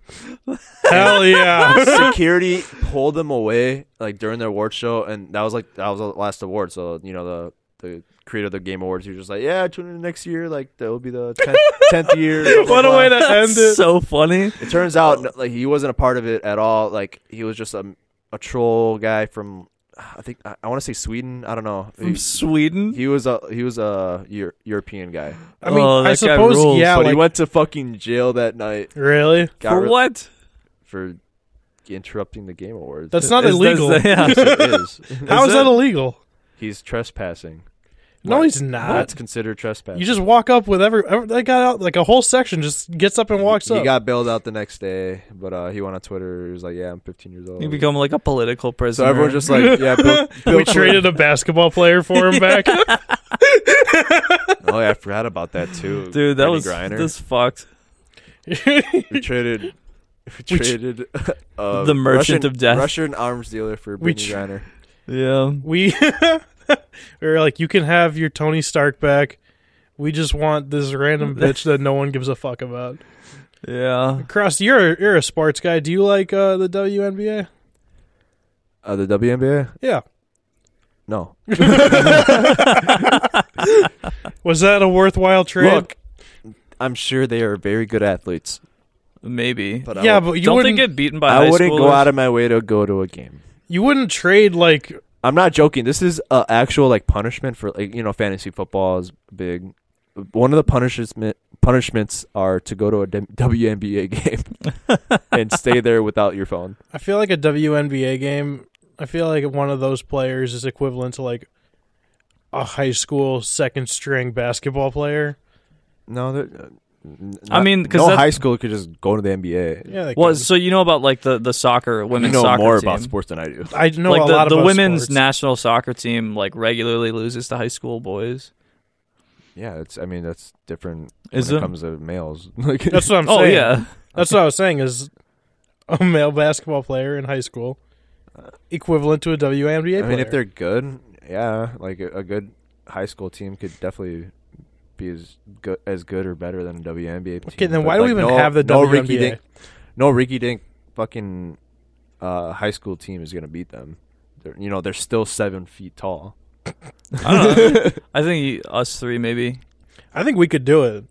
Speaker 2: Hell yeah!
Speaker 4: security pulled them away like during their award show, and that was like that was the last award. So you know the the creator of the game awards, he was just like, yeah, tune in next year. Like that will be the tenth, tenth year. blah, blah,
Speaker 2: what a
Speaker 4: blah."
Speaker 2: way to end
Speaker 3: That's
Speaker 2: it.
Speaker 3: so funny.
Speaker 4: It turns out no, like he wasn't a part of it at all. Like he was just a a troll guy from I think I, I want to say Sweden. I don't know.
Speaker 3: From
Speaker 4: He,
Speaker 3: Sweden.
Speaker 4: he was a he was a Euro- European guy,
Speaker 2: I mean,
Speaker 3: Oh,
Speaker 2: I
Speaker 3: that guy
Speaker 2: suppose
Speaker 3: rules,
Speaker 2: yeah.
Speaker 4: but he
Speaker 2: like-
Speaker 4: went to fucking jail that night.
Speaker 2: really?
Speaker 4: Got
Speaker 3: For
Speaker 4: re-
Speaker 3: what?
Speaker 4: For interrupting the game awards.
Speaker 2: That's not
Speaker 3: Is- does
Speaker 2: illegal.
Speaker 3: that- yeah.
Speaker 4: Yes, it is.
Speaker 2: How is
Speaker 3: that-
Speaker 2: that illegal?
Speaker 4: He's trespassing.
Speaker 2: No,
Speaker 4: What?
Speaker 2: he's not.
Speaker 4: That's considered trespassing.
Speaker 2: You just walk up with every, every that guy out like a whole section just gets up and walks
Speaker 4: he
Speaker 2: up.
Speaker 4: got bailed out the next day, but uh, he went on Twitter. He was like, "Yeah, I'm 15 years old."
Speaker 3: You become like a political
Speaker 4: so
Speaker 3: prisoner.
Speaker 4: everyone's just like, "Yeah, Bill, Bill
Speaker 2: we traded a basketball player for him back.
Speaker 4: Clinton." Oh yeah, I forgot about that too,
Speaker 3: Dude, that
Speaker 4: Brittany
Speaker 3: was
Speaker 4: Griner.
Speaker 3: this fucked.
Speaker 4: we traded. We
Speaker 2: We tr-
Speaker 4: traded uh,
Speaker 3: The merchant
Speaker 4: Russian,
Speaker 3: of death.
Speaker 4: Russian arms dealer for
Speaker 2: We
Speaker 4: Brittany Griner.
Speaker 3: Yeah.
Speaker 2: we we were like, you can have your Tony Stark back. We just want this random bitch that no one gives a fuck about.
Speaker 3: Yeah.
Speaker 2: Cross, you're you're a sports guy. Do you like uh, the WNBA?
Speaker 4: Uh, the WNBA?
Speaker 2: Yeah.
Speaker 4: No.
Speaker 2: Was that a worthwhile trade?
Speaker 4: Look, I'm sure they are very good athletes,
Speaker 3: Maybe.
Speaker 4: but
Speaker 2: yeah,
Speaker 4: I,
Speaker 2: but you
Speaker 3: Don't they
Speaker 2: wouldn't
Speaker 3: get beaten by
Speaker 4: I
Speaker 3: high
Speaker 4: wouldn't go
Speaker 3: schoolers?
Speaker 4: out of my way to go to a game.
Speaker 2: you wouldn't trade like
Speaker 4: I'm not joking. This is uh, actual like punishment for like you know fantasy football is big. One of the punishment punishments are to go to a D- WNBA game and stay there without your phone.
Speaker 2: I feel like a WNBA game. I feel like one of those players is equivalent to like a high school second string basketball player.
Speaker 4: No, uh,
Speaker 3: I mean, 'cause
Speaker 4: no
Speaker 3: that's-
Speaker 4: high school could just go to the NBA.
Speaker 2: Yeah, they
Speaker 3: Well,
Speaker 2: could.
Speaker 3: so you know about like the the soccer
Speaker 4: You
Speaker 3: women's
Speaker 4: know
Speaker 3: soccer
Speaker 4: more
Speaker 3: team.
Speaker 4: about sports than I do.
Speaker 2: I know
Speaker 3: like
Speaker 2: a
Speaker 3: the,
Speaker 2: lot
Speaker 3: the
Speaker 2: about
Speaker 3: women's
Speaker 2: sports.
Speaker 3: national soccer team like regularly loses to high school boys.
Speaker 4: Yeah, it's. I mean, that's different
Speaker 3: Is
Speaker 4: when
Speaker 3: it?
Speaker 4: it comes to males. Like,
Speaker 2: That's what I'm
Speaker 3: oh
Speaker 2: saying.
Speaker 3: yeah.
Speaker 2: That's what I was saying is a male basketball player in high school equivalent to a WNBA
Speaker 4: I mean,
Speaker 2: player.
Speaker 4: if they're good, yeah, like a, a good high school team could definitely be as good as good or better than a WNBA team.
Speaker 2: Okay, then
Speaker 4: But,
Speaker 2: why do we
Speaker 4: like,
Speaker 2: even
Speaker 4: no-
Speaker 2: have the
Speaker 4: no
Speaker 2: WNBA?
Speaker 4: Ricky Dink, no Ricky Dink, fucking uh, high school team is gonna beat them. They're, you know, they're still seven feet tall.
Speaker 3: I, don't know. I think you- us three maybe.
Speaker 2: I think we could do it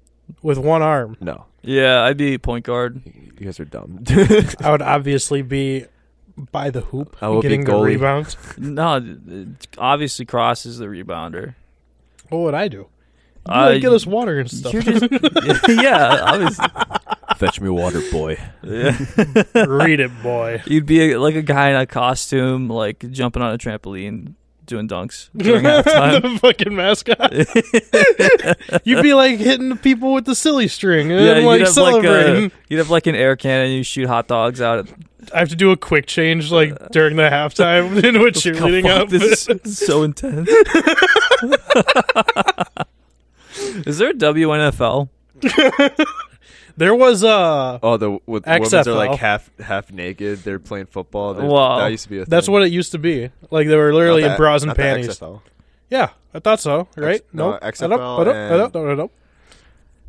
Speaker 2: with one arm.
Speaker 4: No,
Speaker 3: Yeah, I'd be point guard.
Speaker 4: you guys are dumb.
Speaker 2: I would obviously be by the hoop
Speaker 4: I will be
Speaker 2: getting the
Speaker 4: goalie.
Speaker 2: rebounds.
Speaker 3: No, obviously Cross is the rebounder.
Speaker 2: What would I do? You
Speaker 3: Uh,
Speaker 2: like, get us water and stuff.
Speaker 3: You're just yeah, obviously.
Speaker 4: Fetch me water, boy.
Speaker 3: Yeah.
Speaker 2: Read it, boy.
Speaker 3: You'd be like a guy in a costume, like jumping on a trampoline, doing dunks during halftime.
Speaker 2: the fucking mascot. You'd be like hitting the people with the silly string and
Speaker 3: Yeah,
Speaker 2: like
Speaker 3: you'd have like
Speaker 2: celebrating.
Speaker 3: a, you'd have like an air cannon. You shoot hot dogs out. At,
Speaker 2: I have to do a quick change like during the halftime into a cheerleading
Speaker 3: Fuck,
Speaker 2: outfit.
Speaker 3: This is so intense. is there a WNFL?
Speaker 2: There was uh
Speaker 4: Oh, the with the women's are
Speaker 2: XFL.
Speaker 4: like half half naked. They're playing football. There's-
Speaker 3: Wow.
Speaker 4: that used to be a. Thing.
Speaker 2: that's what it used to be. Like they were
Speaker 4: Not
Speaker 2: literally
Speaker 4: the-
Speaker 2: in bras and
Speaker 4: not the
Speaker 2: panties.
Speaker 4: XFL.
Speaker 2: Yeah, I thought so, right?
Speaker 4: no,
Speaker 2: Nope.
Speaker 4: XFL
Speaker 2: I don't, I don't, I
Speaker 4: and-
Speaker 2: don't, I don't,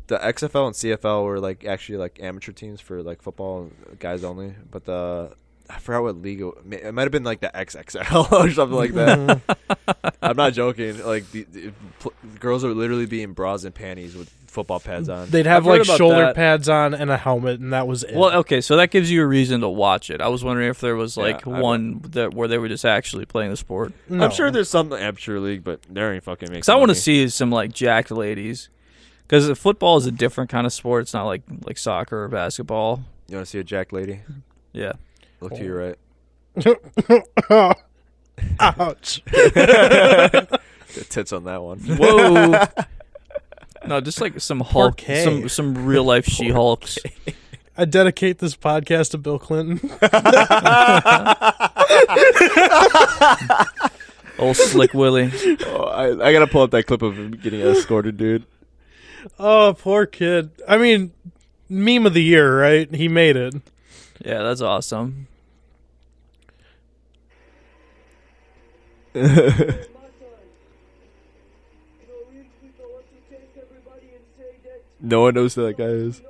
Speaker 4: the XFL and CFL were like actually like amateur teams for like football guys only, but the I forgot what league it, ma- it might have been like the XXL or something like that. I'm not joking. Like the, the, pl- girls are literally be in bras and panties with football pads on.
Speaker 2: They'd have
Speaker 3: I've heard
Speaker 2: like
Speaker 3: about
Speaker 2: shoulder
Speaker 3: that.
Speaker 2: pads on and a helmet, and that was it.
Speaker 3: Well, okay, so that gives you a reason to watch it. I was wondering if there was
Speaker 4: Yeah,
Speaker 3: like
Speaker 4: I don't-
Speaker 3: one that where they were just actually playing the sport.
Speaker 2: No.
Speaker 4: I'm sure there's some amateur league, but there ain't fucking making.
Speaker 3: Because I want to
Speaker 4: money.
Speaker 3: see some like jacked ladies. Because football is a different kind of sport. It's not like like soccer or basketball.
Speaker 4: You want to see a jack lady?
Speaker 3: Yeah.
Speaker 4: Look to your right.
Speaker 2: Ouch.
Speaker 4: The tits on that one.
Speaker 3: Whoa. no, just like some Hulk,
Speaker 2: K.
Speaker 3: some some real life She Hulks.
Speaker 2: I dedicate this podcast to Bill Clinton.
Speaker 3: Old Slick Willie.
Speaker 4: Oh, I, I gotta pull up that clip of him getting escorted, dude.
Speaker 2: Oh, poor kid. I mean, meme of the year, right? He made it.
Speaker 3: Yeah, that's awesome.
Speaker 4: No one knows who that guy is.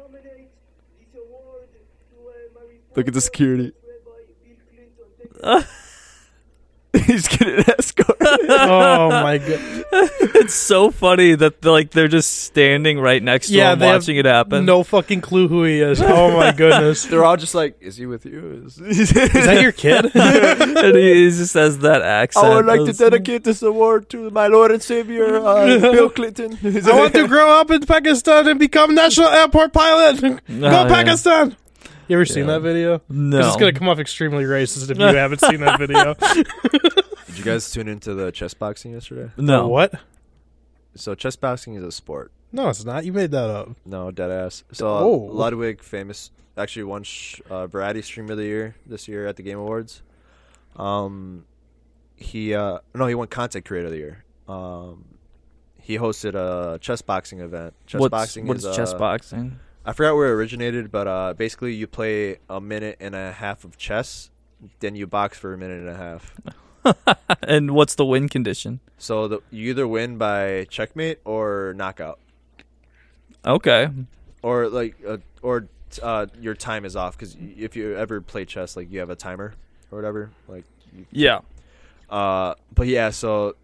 Speaker 4: Look at the security. He's getting escorted.
Speaker 2: Oh my god.
Speaker 3: It's so funny that like they're just standing right next to
Speaker 2: Yeah,
Speaker 3: him
Speaker 2: they have
Speaker 3: watching it happen.
Speaker 2: No fucking clue who he is. Oh my goodness.
Speaker 4: They're all just like, "Is he with you?" Is-
Speaker 2: Is that your kid?
Speaker 3: and he, he just has Oh, that accent.
Speaker 4: I would like to
Speaker 3: That's-
Speaker 4: dedicate this award to my Lord and Savior, uh, Bill Clinton.
Speaker 2: I want to grow up in Pakistan and become national airport pilot. Go
Speaker 3: yeah.
Speaker 2: Pakistan. You ever seen
Speaker 3: Yeah.
Speaker 2: that video?
Speaker 3: No,
Speaker 2: This is going to come off extremely racist if you haven't seen that video.
Speaker 4: Did you guys tune into the chess boxing yesterday?
Speaker 3: no.
Speaker 2: What?
Speaker 4: So chess boxing is a sport.
Speaker 2: No, it's not. You made that up.
Speaker 4: No, dead ass. So uh,
Speaker 2: Oh.
Speaker 4: Ludwig, famous, actually won sh- uh, variety streamer of the year this year at the Game Awards. Um, he uh, no, he won content creator of the year. Um, he hosted a chess boxing event. Chess
Speaker 3: What's,
Speaker 4: boxing
Speaker 3: what
Speaker 4: is,
Speaker 3: is chess
Speaker 4: uh,
Speaker 3: boxing?
Speaker 4: I forgot where it originated, but uh, basically you play a minute and a half of chess, then you box for a minute and a half.
Speaker 3: And what's the win condition?
Speaker 4: So the, you either win by checkmate or knockout.
Speaker 3: Okay.
Speaker 4: or like uh, or uh, your time is off because if you ever play chess like you have a timer or whatever like you,
Speaker 3: Yeah.
Speaker 4: uh but yeah so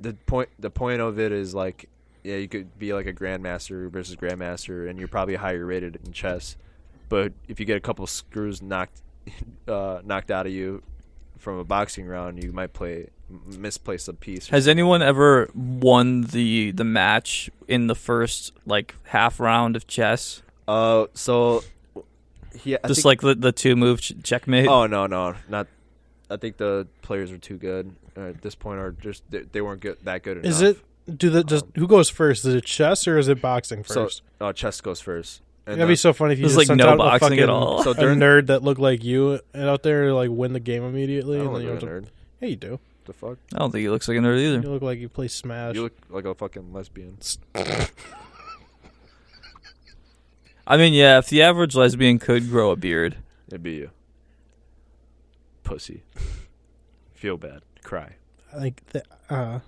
Speaker 4: the point the point of it is like yeah you could be like a grandmaster versus grandmaster and you're probably higher rated in chess but if you get a couple screws knocked uh knocked out of you from a boxing round you might play m- misplace a piece
Speaker 3: Has anyone ever won the the match in the first like half round of chess?
Speaker 4: uh so yeah I
Speaker 3: Just
Speaker 4: think-
Speaker 3: like the, the two move ch- checkmate.
Speaker 4: Oh no, no, not. I think the players were too good uh, at this point, or just they, they weren't good that good. Enough.
Speaker 2: Is it do the just who goes first? Is it chess or is it boxing
Speaker 4: so?
Speaker 2: first?
Speaker 4: Uh, chess goes first. And
Speaker 2: That'd be
Speaker 4: uh,
Speaker 2: so funny if you
Speaker 3: There's
Speaker 2: just sent
Speaker 3: like no
Speaker 2: out a
Speaker 3: boxing
Speaker 2: fucking
Speaker 3: at all.
Speaker 4: So
Speaker 2: a
Speaker 4: during,
Speaker 2: nerd that looked like you out there to like win the game immediately.
Speaker 4: I
Speaker 2: and
Speaker 4: don't
Speaker 2: then
Speaker 4: look
Speaker 2: you
Speaker 4: like a
Speaker 2: have to-
Speaker 4: nerd.
Speaker 2: Yeah, you do.
Speaker 4: The fuck?
Speaker 3: I don't think he looks like a nerd
Speaker 2: You
Speaker 3: either.
Speaker 2: look like you play Smash.
Speaker 4: You look like a fucking lesbian.
Speaker 3: I mean, yeah, if the average lesbian could grow a beard,
Speaker 4: It'd be you. Pussy. Feel bad. Cry.
Speaker 2: I think that. Uh,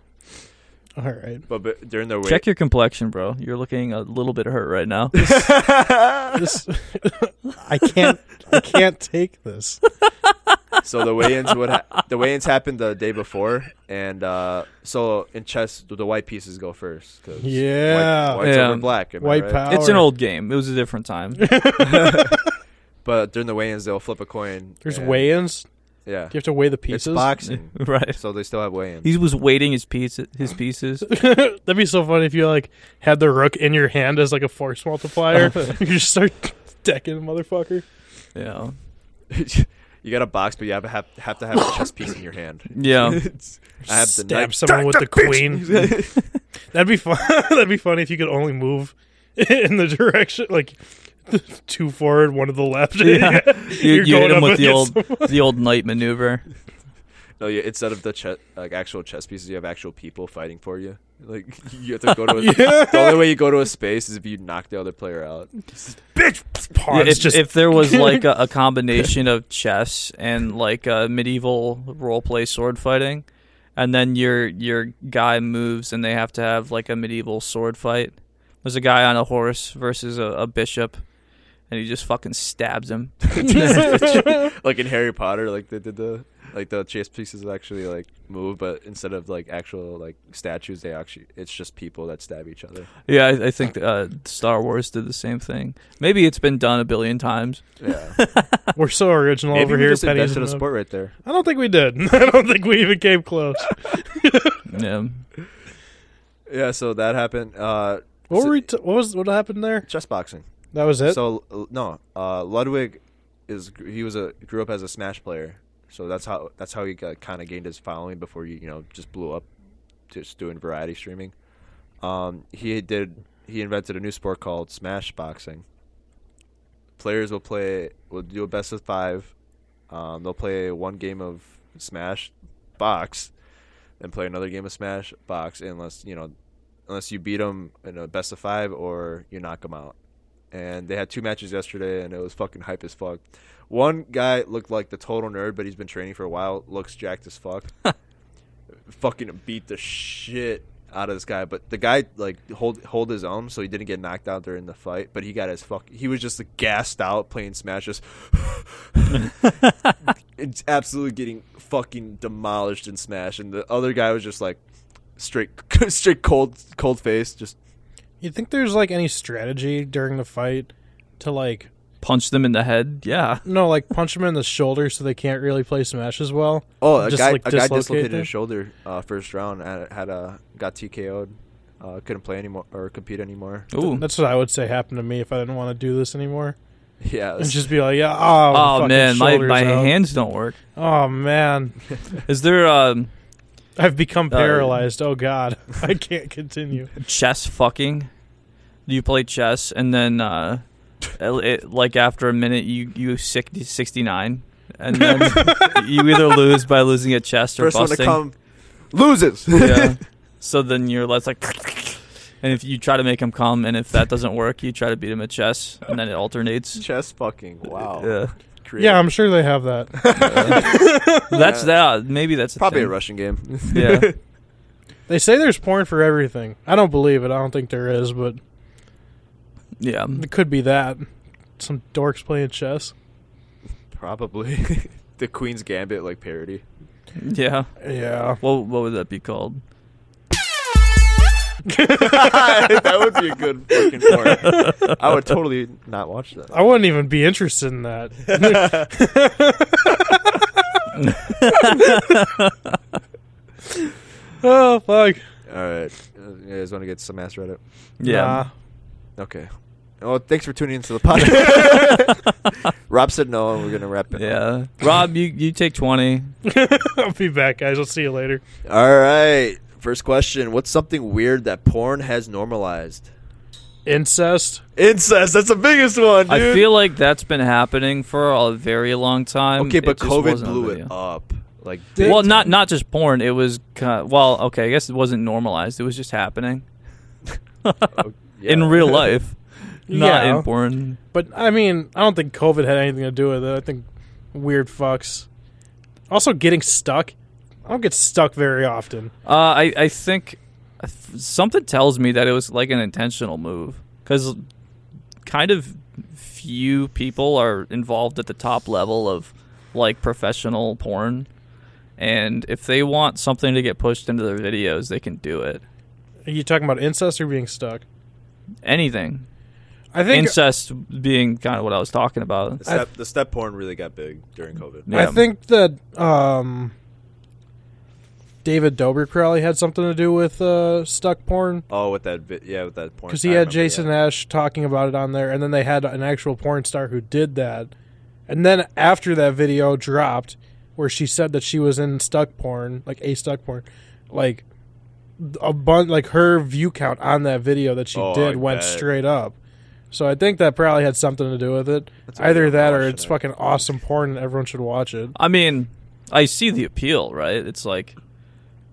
Speaker 2: all right.
Speaker 4: But, but during their
Speaker 3: check your complexion, bro. You're looking a little bit hurt right now.
Speaker 2: This, I can't. I can't take this.
Speaker 4: so the weigh-ins would ha- the weigh-ins happened the day before, and uh, so in chess the white pieces go first. 'cause
Speaker 2: Yeah.
Speaker 4: white, white's
Speaker 3: Yeah.
Speaker 4: over black. am I
Speaker 2: White
Speaker 4: right?
Speaker 2: power.
Speaker 3: it's an old game. It was a different time.
Speaker 4: But during the weigh-ins, they'll flip a coin.
Speaker 2: There's
Speaker 4: and-
Speaker 2: weigh-ins.
Speaker 4: Yeah,
Speaker 2: You have to weigh the
Speaker 4: it's
Speaker 2: pieces.
Speaker 4: boxing,
Speaker 3: right.
Speaker 4: so they still have weigh-ins.
Speaker 3: He was waiting his piece, his pieces.
Speaker 2: That'd be so funny if you like had the rook in your hand as like a force multiplier. you just start decking a motherfucker.
Speaker 3: Yeah.
Speaker 4: you got a box, but you have, have, have to have a chess piece in your hand.
Speaker 3: Yeah.
Speaker 4: I have the
Speaker 2: Stab
Speaker 4: knight.
Speaker 2: someone with the queen. That'd be fun. That'd be funny if you could only move in the direction like two forward, one to the left.
Speaker 3: Yeah. You,
Speaker 2: You're
Speaker 3: you hit
Speaker 2: going
Speaker 3: him
Speaker 2: up
Speaker 3: with the old
Speaker 2: against
Speaker 3: the old knight maneuver.
Speaker 4: No, Oh, yeah, instead of the che- like actual chess pieces, you have actual people fighting for you. Like you have to go to a, the only way you go to a space is if you knock the other player out.
Speaker 2: Pawns
Speaker 3: Yeah, if,
Speaker 2: just
Speaker 3: if there was like a, a combination of chess and like a medieval role play sword fighting, and then your your guy moves and they have to have like a medieval sword fight. There's a guy on a horse versus a, a bishop, and he just fucking stabs him.
Speaker 4: like in Harry Potter, like they did the like the chase pieces actually like move, but instead of like actual like statues, they actually it's just people that stab each other.
Speaker 3: Yeah, I, I think uh, Star Wars did the same thing. Maybe it's been done a billion times.
Speaker 4: Yeah,
Speaker 2: We're so original
Speaker 4: maybe
Speaker 2: over
Speaker 4: we
Speaker 2: here.
Speaker 4: just
Speaker 2: pennies
Speaker 4: invented
Speaker 2: and
Speaker 4: a
Speaker 2: mil-
Speaker 4: sport right there.
Speaker 2: I don't think we did. I don't think we even came close.
Speaker 3: Yeah.
Speaker 4: Yeah, so that happened. Uh,
Speaker 2: What
Speaker 4: So-
Speaker 2: were we t- what was what happened there?
Speaker 4: chess boxing.
Speaker 2: That was it.
Speaker 4: So l- no, uh, Ludwig is he was a grew up as a Smash player, so that's how that's how he got, kind of gained his following before he you know just blew up, just doing variety streaming. Um, he did he invented a new sport called Smash boxing. Players will play will do a best of five. Um, they'll play one game of Smash box, and play another game of Smash box unless you know unless you beat them in a best of five or you knock them out and they had two matches yesterday, and it was fucking hype as fuck. One guy looked like the total nerd, but he's been training for a while. Looks jacked as fuck. fucking beat the shit out of this guy, but the guy like hold hold his own, so he didn't get knocked out during the fight. But he got his fuck. He was just like, gassed out playing Smash, just it's absolutely getting fucking demolished in Smash. And the other guy was just like straight straight cold cold face, just
Speaker 2: you think there's like any strategy during the fight to like
Speaker 3: Punch them in the head. Yeah.
Speaker 2: no like punch them in the shoulder so they can't really play smash as well?
Speaker 4: Oh, a
Speaker 2: Just,
Speaker 4: guy,
Speaker 2: like,
Speaker 4: a guy
Speaker 2: dislocate
Speaker 4: dislocated
Speaker 2: them?
Speaker 4: his shoulder uh, first round and had a got TKO'd. Uh, couldn't play anymore or compete anymore.
Speaker 3: Ooh.
Speaker 2: That's what I would say happened to me if I didn't want to do this anymore.
Speaker 4: Yeah,
Speaker 2: And
Speaker 4: it's-
Speaker 2: just be like, yeah, oh,
Speaker 3: Oh
Speaker 2: fucking
Speaker 3: man, my
Speaker 2: shoulders
Speaker 3: my
Speaker 2: out.
Speaker 3: hands don't work.
Speaker 2: Oh man,
Speaker 3: Is there um
Speaker 2: I've become
Speaker 3: Uh,
Speaker 2: paralyzed. oh god, I can't continue.
Speaker 3: chess fucking? Do you play chess and then uh el- it, like after a minute you you 60, 69 and then you either lose by losing at chess or
Speaker 4: first one to
Speaker 3: busting.
Speaker 4: come loses.
Speaker 3: yeah. So then you're less like, and if you try to make him come, and if that doesn't work, you try to beat him at chess, and then it alternates.
Speaker 4: Chess fucking wow.
Speaker 3: Yeah.
Speaker 4: Creative.
Speaker 2: Yeah, I'm sure they have that.
Speaker 3: That's that. Maybe that's a
Speaker 4: probably a
Speaker 3: thing.
Speaker 4: Russian game.
Speaker 3: Yeah.
Speaker 2: They say there's porn for everything. I don't believe it. I don't think there is, but
Speaker 3: Yeah.
Speaker 2: it could be that. Some dorks playing chess.
Speaker 4: probably the Queen's Gambit like parody.
Speaker 3: Yeah.
Speaker 2: Yeah.
Speaker 3: What what would that be called?
Speaker 4: that would be a good fucking porn. I would totally not watch that.
Speaker 2: I wouldn't even be interested in that. oh fuck.
Speaker 4: All right, Uh, you guys want to get some ass Reddit?
Speaker 3: Yeah.
Speaker 2: Nah.
Speaker 4: Okay. Well, thanks for tuning into the podcast. Rob said no, and we're gonna wrap it. up.
Speaker 3: Yeah. Rob, you you take twenty.
Speaker 2: I'll be back, guys. I'll see you later.
Speaker 4: All right. First question: What's something weird that porn has normalized?
Speaker 2: Incest.
Speaker 4: Incest. That's the biggest one, dude.
Speaker 3: I feel like that's been happening for a very long time.
Speaker 4: okay,
Speaker 3: It
Speaker 4: but
Speaker 3: just
Speaker 4: COVID
Speaker 3: wasn't on
Speaker 4: blew
Speaker 3: video.
Speaker 4: it up. Like,
Speaker 3: Well, not not just porn. It was kind of, well, okay. I guess it wasn't normalized. It was just happening
Speaker 4: yeah.
Speaker 3: in real life, not
Speaker 2: Yeah.
Speaker 3: in porn.
Speaker 2: But I mean, I don't think COVID had anything to do with it. I think weird fucks. Also getting stuck. I don't get stuck very often.
Speaker 3: Uh, I I think something tells me that it was like an intentional move because kind of few people are involved at the top level of like professional porn, and if they want something to get pushed into their videos, they can do it.
Speaker 2: Are you talking about incest or being stuck?
Speaker 3: Anything
Speaker 2: I think
Speaker 3: incest being kind of what I was talking about.
Speaker 4: the step, the step porn really got big during COVID.
Speaker 3: Yeah.
Speaker 2: I think that um, David Dober probably had something to do with uh, stuck porn
Speaker 4: Oh, with that, vi- yeah, with that porn.
Speaker 2: because
Speaker 4: I
Speaker 2: he had
Speaker 4: remember
Speaker 2: Jason
Speaker 4: that.
Speaker 2: Ash talking about it on there, and then they had an actual porn star who did that. And then after that video dropped, where she said that she was in stuck porn, like a stuck porn, like a bun, like her view count on that video that she
Speaker 4: Oh,
Speaker 2: did
Speaker 4: I
Speaker 2: went
Speaker 4: bet.
Speaker 2: straight up. So I think that probably had something to do with it.
Speaker 4: That's a
Speaker 2: Either
Speaker 4: good
Speaker 2: that, or
Speaker 4: option,
Speaker 2: it's
Speaker 4: I
Speaker 2: fucking awesome porn, and everyone should watch it.
Speaker 3: I mean, I see the appeal, right? It's like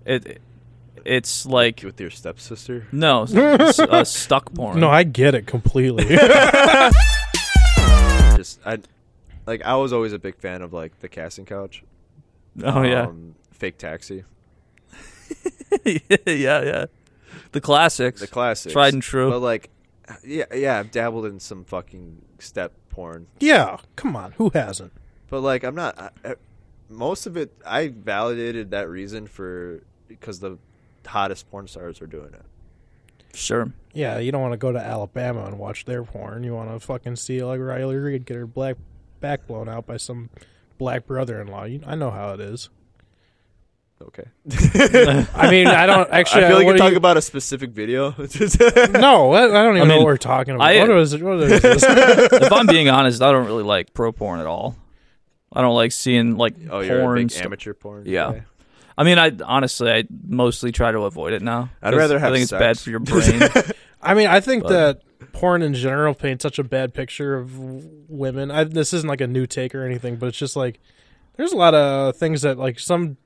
Speaker 3: it. It's like
Speaker 4: with your stepsister.
Speaker 3: no s- uh, stuck porn.
Speaker 2: No, I get it completely.
Speaker 4: Just I, like I was always a big fan of like the casting couch.
Speaker 3: oh yeah.
Speaker 4: Um, fake taxi.
Speaker 3: yeah, yeah. The classics.
Speaker 4: The classics.
Speaker 3: Tried and true.
Speaker 4: But like yeah, yeah, I've dabbled in some fucking step porn,
Speaker 2: Yeah, come on, who hasn't?
Speaker 4: but like I'm not. I, I- most of it, I validated that reason for because the hottest porn stars are doing it.
Speaker 3: Sure.
Speaker 2: Yeah, you don't want to go to Alabama and watch their porn. You want to fucking see like Riley Reed get her black back blown out by some black brother-in-law. You, I know how it is.
Speaker 4: Okay,
Speaker 2: I mean, I don't actually.
Speaker 4: I feel like
Speaker 2: what
Speaker 4: you're
Speaker 2: do
Speaker 4: talking
Speaker 2: you-
Speaker 4: about a specific video.
Speaker 2: No, I I don't even know
Speaker 3: mean,
Speaker 2: what we're talking about.
Speaker 3: I-
Speaker 2: what was it? What is this?
Speaker 3: if I'm being honest, I don't really like pro porn at all. I don't like seeing like
Speaker 4: oh,
Speaker 3: porn.
Speaker 4: you're a big
Speaker 3: stu-
Speaker 4: amateur porn.
Speaker 3: Yeah.
Speaker 4: guy?
Speaker 3: I mean, I honestly, I mostly try to avoid it now.
Speaker 4: I'd
Speaker 3: 'cause
Speaker 4: rather have
Speaker 3: I think
Speaker 4: sex.
Speaker 3: it's bad for your brain.
Speaker 2: I mean, I think
Speaker 3: But-
Speaker 2: that porn in general paints such a bad picture of w- women. I, this isn't like a new take or anything, but it's just like there's a lot of things that like some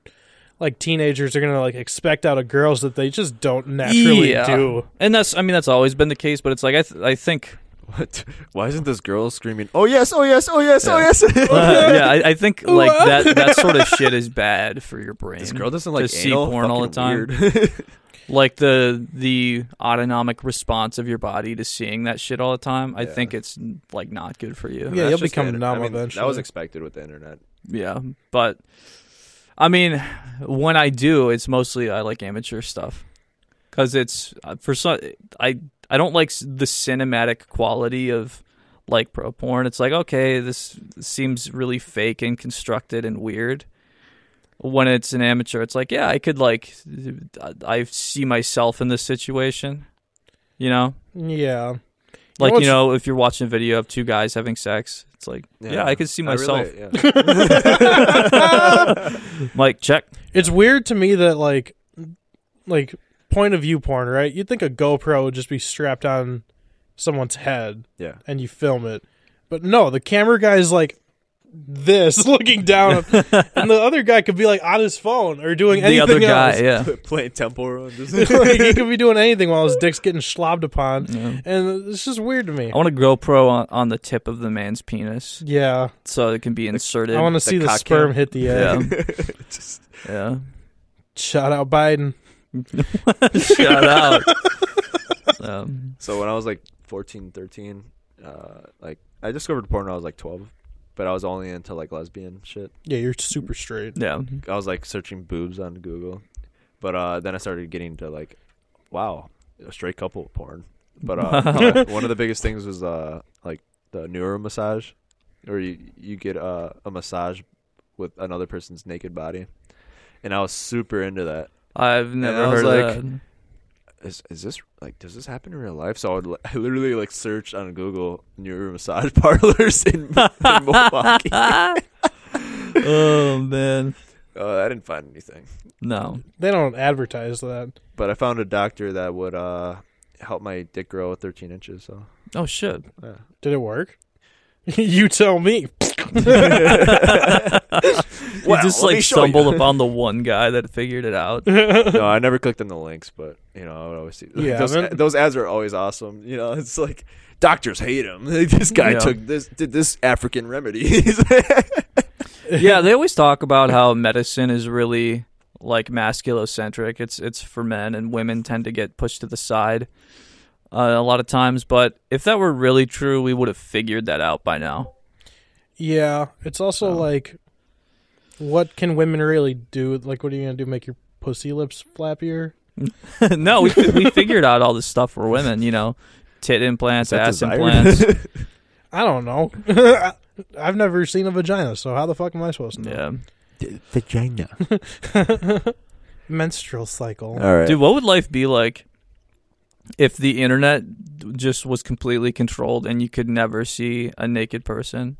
Speaker 2: like teenagers are gonna like expect out of girls that they just don't naturally
Speaker 3: Yeah.
Speaker 2: do.
Speaker 3: and that's, I mean, that's always been the case. But it's like I, th- I think,
Speaker 4: What? Why isn't this girl screaming? Oh yes! Oh yes! Oh yes! Oh
Speaker 3: Yeah.
Speaker 4: yes!
Speaker 3: yeah, I, I think like that that sort of shit is bad for your brain.
Speaker 4: This girl doesn't like
Speaker 3: Just see
Speaker 4: anal?
Speaker 3: porn all the
Speaker 4: Fucking
Speaker 3: time.
Speaker 4: weird.
Speaker 3: like the the autonomic response of your body to seeing that shit all the time. I
Speaker 4: Yeah.
Speaker 3: think it's like not good for you.
Speaker 2: Yeah,
Speaker 4: That's
Speaker 2: you'll
Speaker 4: just
Speaker 2: become
Speaker 4: the inter-
Speaker 2: numb
Speaker 4: I mean,
Speaker 2: eventually.
Speaker 4: That was expected with the internet.
Speaker 3: Yeah, but I mean, when I do, it's mostly I like amateur stuff because it's uh, for some. I I don't like s- the cinematic quality of like pro porn. It's like okay, this seems really fake and constructed and weird. When it's an amateur, it's like yeah, I could like I- I see myself in this situation. You know,
Speaker 2: Yeah,
Speaker 3: like
Speaker 2: what's-
Speaker 3: you know, if you're watching a video of two guys having sex, it's like yeah, I could see
Speaker 4: I
Speaker 3: myself.
Speaker 4: relate, yeah.
Speaker 3: Like check.
Speaker 2: it's weird to me that like like point of view porn, right? You'd think a GoPro would just be strapped on someone's head,
Speaker 4: Yeah.
Speaker 2: and you film it, but no, the camera guy's like this, looking down, and the other guy could be like on his phone or doing
Speaker 3: the
Speaker 2: anything
Speaker 3: other guy,
Speaker 2: else.
Speaker 3: yeah.
Speaker 4: Playing Temple Run. This
Speaker 2: like, he could be doing anything while his dick's getting slobbed upon, and it's just weird to me.
Speaker 3: I want a GoPro on, on the tip of the man's penis
Speaker 2: yeah,
Speaker 3: so it can be inserted.
Speaker 2: I want to see the
Speaker 4: cock
Speaker 2: sperm
Speaker 4: cam?
Speaker 2: hit the egg.
Speaker 3: yeah. yeah.
Speaker 2: Shout out Biden.
Speaker 3: Shout out. Um,
Speaker 4: so when I was like 14, 13, uh, like I discovered porn when I was like 12, but I was only into like lesbian shit.
Speaker 2: Yeah, you're super straight.
Speaker 3: yeah.
Speaker 4: I was like searching boobs on Google, but uh, then I started getting to like, wow, a straight couple porn. But uh, one of the biggest things was uh, like the neuro massage, or you you get uh, a massage with another person's naked body, and I was super into that.
Speaker 3: I've never
Speaker 4: I was
Speaker 3: heard
Speaker 4: like-
Speaker 3: of that.
Speaker 4: is is this like does this happen in real life? So I would li- I literally like search on Google neuro massage parlors in, in Milwaukee. Uh,
Speaker 3: oh, man.
Speaker 4: Oh, I didn't find anything,
Speaker 3: No.
Speaker 2: They don't advertise that.
Speaker 4: but I found a doctor that would uh help my dick grow 13 inches. So
Speaker 3: Oh, shit.
Speaker 4: yeah.
Speaker 2: Did it work? you tell me.
Speaker 3: you just
Speaker 4: let
Speaker 3: like
Speaker 4: me show you.
Speaker 3: stumbled upon the one guy that figured it out.
Speaker 4: no, I never clicked on the links, but you know I would always see
Speaker 2: Yeah,
Speaker 4: those.
Speaker 2: man.
Speaker 4: Those ads are always awesome. You know, it's like doctors hate him. this guy
Speaker 3: Yeah.
Speaker 4: took this did this African remedy.
Speaker 3: yeah, they always talk about how medicine is really like masculocentric. It's it's for men and women tend to get pushed to the side uh, a lot of times. But if that were really true, we would have figured that out by now.
Speaker 2: Yeah, it's also like, what can women really do? Like, what are you gonna do? Make your pussy lips flappier?
Speaker 3: no, we we figured out all this stuff for women. You know, tit implants, ass
Speaker 4: Is that desired?
Speaker 3: implants.
Speaker 2: I don't know. I- I've never seen a vagina, so how the fuck am I supposed to know?
Speaker 3: Yeah,
Speaker 5: Vagina.
Speaker 2: Menstrual cycle.
Speaker 4: All right,
Speaker 3: dude, what would life be like? If the internet just was completely controlled and you could never see a naked person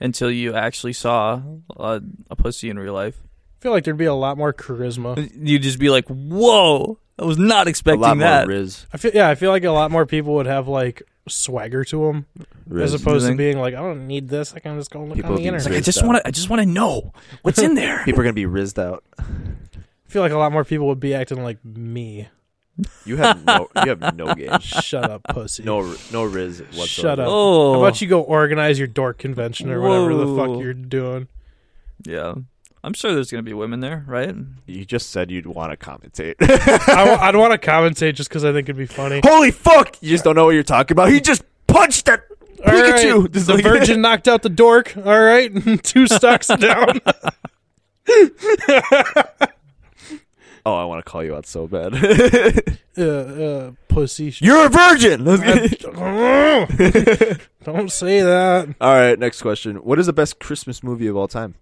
Speaker 3: until you actually saw a, a pussy in real life,
Speaker 2: I feel like there'd be a lot more charisma.
Speaker 3: you'd just be like, "Whoa, I was not
Speaker 4: a
Speaker 3: expecting
Speaker 4: lot
Speaker 3: that."
Speaker 4: more Riz.
Speaker 2: I feel yeah. I feel like a lot more people would have like swagger to them as
Speaker 4: Riz.
Speaker 2: opposed to
Speaker 3: think?
Speaker 2: being like, I don't need this. I can just go look
Speaker 4: People
Speaker 2: on
Speaker 4: would
Speaker 2: the
Speaker 4: be
Speaker 2: internet.
Speaker 3: It's like, I
Speaker 4: Rizzed
Speaker 3: just
Speaker 4: out.
Speaker 3: want to, I just want to know what's in there.
Speaker 4: People are gonna be rizzed out.
Speaker 2: I feel like a lot more people would be acting like me.
Speaker 4: You have no, you have no game.
Speaker 2: Shut up, pussy.
Speaker 4: No, no Riz whatsoever.
Speaker 2: Shut up.
Speaker 3: oh,
Speaker 2: How about you go organize your dork convention or whatever the
Speaker 3: Whoa.
Speaker 2: fuck you're doing?
Speaker 3: yeah. I'm sure there's gonna be women there, right?
Speaker 4: You just said you'd want to commentate.
Speaker 2: I w- I'd want to commentate just because I think it'd be funny.
Speaker 4: Holy fuck! You just don't know what you're talking about. He just punched that
Speaker 2: All right,
Speaker 4: Pikachu. Just
Speaker 2: the
Speaker 4: like-
Speaker 2: virgin knocked out the dork. All right, two stocks down.
Speaker 4: Oh, I want to call you out so bad.
Speaker 2: Uh, uh, pussy. sh-
Speaker 4: You're a virgin.
Speaker 2: Don't say that.
Speaker 4: all right, next question. What is the best Christmas movie of all time?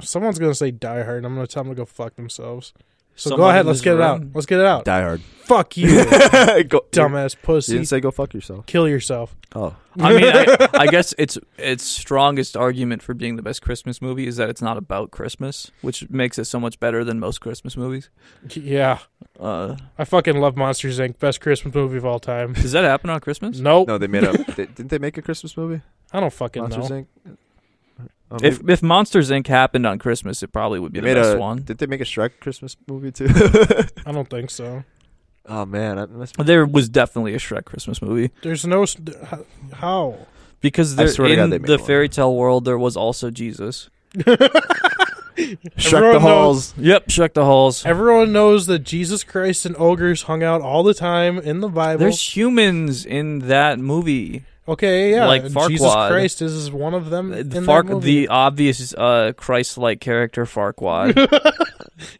Speaker 2: Someone's gonna say Die Hard. and I'm gonna tell them to go fuck themselves. So
Speaker 3: Someone
Speaker 2: go ahead.
Speaker 3: in
Speaker 2: Let's
Speaker 3: this
Speaker 2: get it out.
Speaker 3: room.
Speaker 2: Let's get it out.
Speaker 4: Die Hard.
Speaker 2: Fuck you,
Speaker 4: Go-
Speaker 2: dumbass
Speaker 4: You
Speaker 2: pussy.
Speaker 4: didn't say go fuck yourself.
Speaker 2: Kill yourself.
Speaker 4: Oh,
Speaker 3: I mean, I, I guess its its strongest argument for being the best Christmas movie is that it's not about Christmas, which makes it so much better than most Christmas movies.
Speaker 2: Yeah,
Speaker 3: Uh,
Speaker 2: I fucking love Monsters Inc. Best Christmas movie of all time.
Speaker 3: does that happen on Christmas?
Speaker 2: Nope.
Speaker 4: no, they made up. they, didn't they make a Christmas movie?
Speaker 2: I don't fucking
Speaker 4: Monsters
Speaker 2: know.
Speaker 4: Inc. Oh,
Speaker 3: If
Speaker 4: maybe-
Speaker 3: if Monsters Inc. happened on Christmas, it probably would be
Speaker 4: they
Speaker 3: the
Speaker 4: made
Speaker 3: best
Speaker 4: a,
Speaker 3: one.
Speaker 4: Did they make a Shrek Christmas movie too?
Speaker 2: I don't think so.
Speaker 4: oh man, I, that's,
Speaker 3: There was definitely a Shrek Christmas movie
Speaker 2: There's no s- d- h- how.
Speaker 3: because
Speaker 4: I
Speaker 3: there,
Speaker 4: swear to
Speaker 3: in
Speaker 4: God they made
Speaker 3: the
Speaker 4: one.
Speaker 3: fairy tale world there was also Jesus.
Speaker 4: Shrek the
Speaker 2: knows-
Speaker 4: Halls.
Speaker 3: Yep, Shrek the Halls.
Speaker 2: Everyone knows that Jesus Christ and ogres hung out all the time in the Bible.
Speaker 3: There's humans in that movie.
Speaker 2: okay, yeah,
Speaker 3: like
Speaker 2: and
Speaker 3: Farquaad.
Speaker 2: Jesus Christ is one of them.
Speaker 3: The,
Speaker 2: In that
Speaker 3: Farq-
Speaker 2: movie.
Speaker 3: the obvious uh, Christ-like character Farquaad.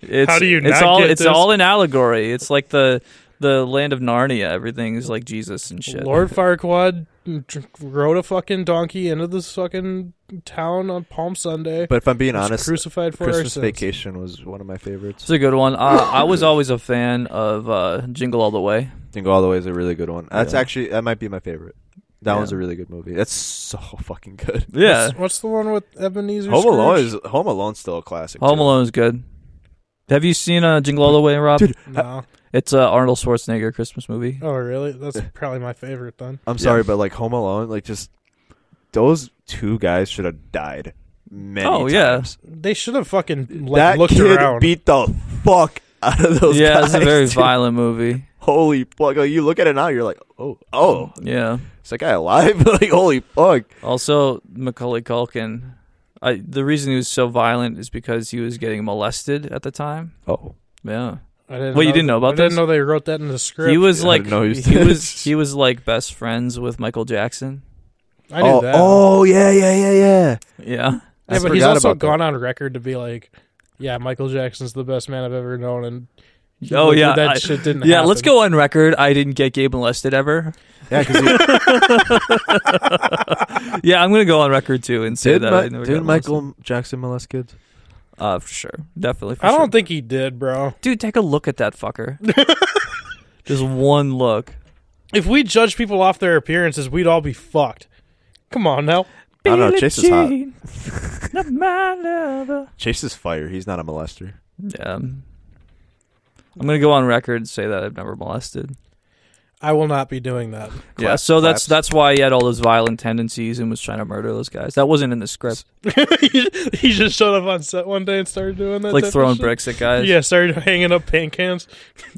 Speaker 3: it's,
Speaker 2: How do you
Speaker 3: It's
Speaker 2: not
Speaker 3: all.
Speaker 2: get
Speaker 3: it's
Speaker 2: this?
Speaker 3: all an allegory. It's like the the land of Narnia. Everything is like Jesus and shit.
Speaker 2: Lord Farquaad dr- rode a fucking donkey into this fucking town on Palm Sunday.
Speaker 4: But if I'm being
Speaker 2: was
Speaker 4: honest,
Speaker 2: crucified for
Speaker 4: Christmas
Speaker 2: our sins.
Speaker 4: Vacation was one of my favorites.
Speaker 3: It's a good one. Uh, I was always a fan of uh, Jingle All the Way.
Speaker 4: Jingle All the Way is a really good one. That's
Speaker 3: Yeah.
Speaker 4: actually that might be my favorite. That
Speaker 3: Yeah.
Speaker 4: one's a really good movie. That's so fucking good.
Speaker 3: Yeah,
Speaker 2: What's, what's the one with Ebenezer?
Speaker 4: Home
Speaker 2: Scrooge?
Speaker 4: Alone is Home Alone's still a classic.
Speaker 3: Home
Speaker 4: too.
Speaker 3: Alone is good. Have you seen uh, Jingle All the Way, Rob?
Speaker 4: Dude,
Speaker 2: No.
Speaker 3: It's a Arnold Schwarzenegger Christmas movie.
Speaker 2: Oh, really? That's probably my favorite then.
Speaker 4: I'm sorry, but like Home Alone, like just those two guys should have died. Many
Speaker 3: Oh,
Speaker 4: times.
Speaker 3: yeah.
Speaker 2: They should have fucking like
Speaker 4: that
Speaker 2: looked
Speaker 4: kid
Speaker 2: around.
Speaker 4: beat the fuck out of those
Speaker 3: yeah,
Speaker 4: guys.
Speaker 3: it's a very
Speaker 4: dude.
Speaker 3: violent movie.
Speaker 4: Holy fuck! Like, you look at it now, you're like, oh, oh,
Speaker 3: Yeah.
Speaker 4: is that guy alive? like, holy fuck!
Speaker 3: Also, Macaulay Culkin. I, the reason he was so violent is because he was getting molested at the time.
Speaker 4: Oh,
Speaker 3: Yeah,
Speaker 2: I didn't
Speaker 3: Wait, you didn't know about
Speaker 2: I didn't
Speaker 3: this?
Speaker 2: know they wrote that in the script.
Speaker 3: he was
Speaker 4: I
Speaker 3: like
Speaker 4: didn't know he
Speaker 3: he,
Speaker 4: was dead.
Speaker 3: was he was like best friends with Michael Jackson.
Speaker 2: I knew
Speaker 4: oh,
Speaker 2: that.
Speaker 4: oh, yeah, yeah, yeah, yeah.
Speaker 3: Yeah,
Speaker 4: I
Speaker 2: Yeah, but he's
Speaker 4: forgot
Speaker 2: also
Speaker 4: about that.
Speaker 2: gone on record to be like, "Yeah, Michael Jackson's the best man I've ever known," and he
Speaker 3: Oh,
Speaker 2: lived
Speaker 3: yeah,
Speaker 2: with that
Speaker 3: I-
Speaker 2: shit didn't.
Speaker 3: yeah. Let's
Speaker 2: happen.
Speaker 3: go on record. I didn't get gay molested ever.
Speaker 4: Yeah, because
Speaker 3: Yeah, I'm gonna go on record too and say
Speaker 4: did,
Speaker 3: that. I
Speaker 4: Mi-
Speaker 3: never
Speaker 4: did
Speaker 3: got
Speaker 4: Michael
Speaker 3: molested.
Speaker 4: Jackson molest kids?
Speaker 3: Uh, for sure, definitely. For
Speaker 2: I don't
Speaker 3: sure.
Speaker 2: think he did, bro.
Speaker 3: dude. Take a look at that fucker. Just one look.
Speaker 2: If we judge people off their appearances, we'd all be fucked. Come on now.
Speaker 4: I don't know, Chase is hot.
Speaker 3: hot. not my lover.
Speaker 4: Chase is fire. He's not a molester.
Speaker 3: Yeah. I'm gonna go on record and say that I've never molested.
Speaker 2: I will not be doing that.
Speaker 3: yeah,
Speaker 4: Clap-
Speaker 3: so that's
Speaker 4: claps.
Speaker 3: that's why he had all those violent tendencies and was trying to murder those guys. That wasn't in the script.
Speaker 2: he, he just showed up on set one day and started doing that.
Speaker 3: like
Speaker 2: type of
Speaker 3: throwing
Speaker 2: shit.
Speaker 3: bricks at guys.
Speaker 2: Yeah, started hanging up paint cans.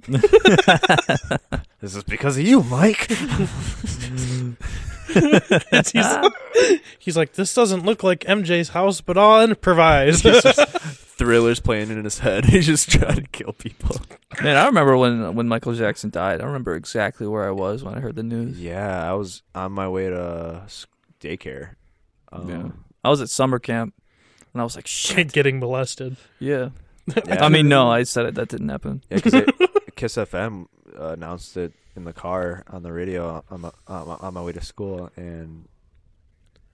Speaker 4: This is because of you, Mike.
Speaker 2: It's- he's, he's like, this doesn't look like MJ's house, but I'll improvise.
Speaker 4: Thriller's playing it in his head. He's just trying to kill people.
Speaker 3: Man, I remember when when Michael Jackson died. I remember exactly where I was when I heard the news.
Speaker 4: Yeah, I was on my way to s- daycare. Um,
Speaker 3: Yeah. I was at summer camp and I was like, shit.
Speaker 2: Getting molested.
Speaker 3: Yeah.
Speaker 4: yeah.
Speaker 3: I mean, no, I said it. That didn't happen.
Speaker 4: Yeah, 'cause it- Kiss FM uh, announced it in the car on the radio on my, on my, on my way to school, and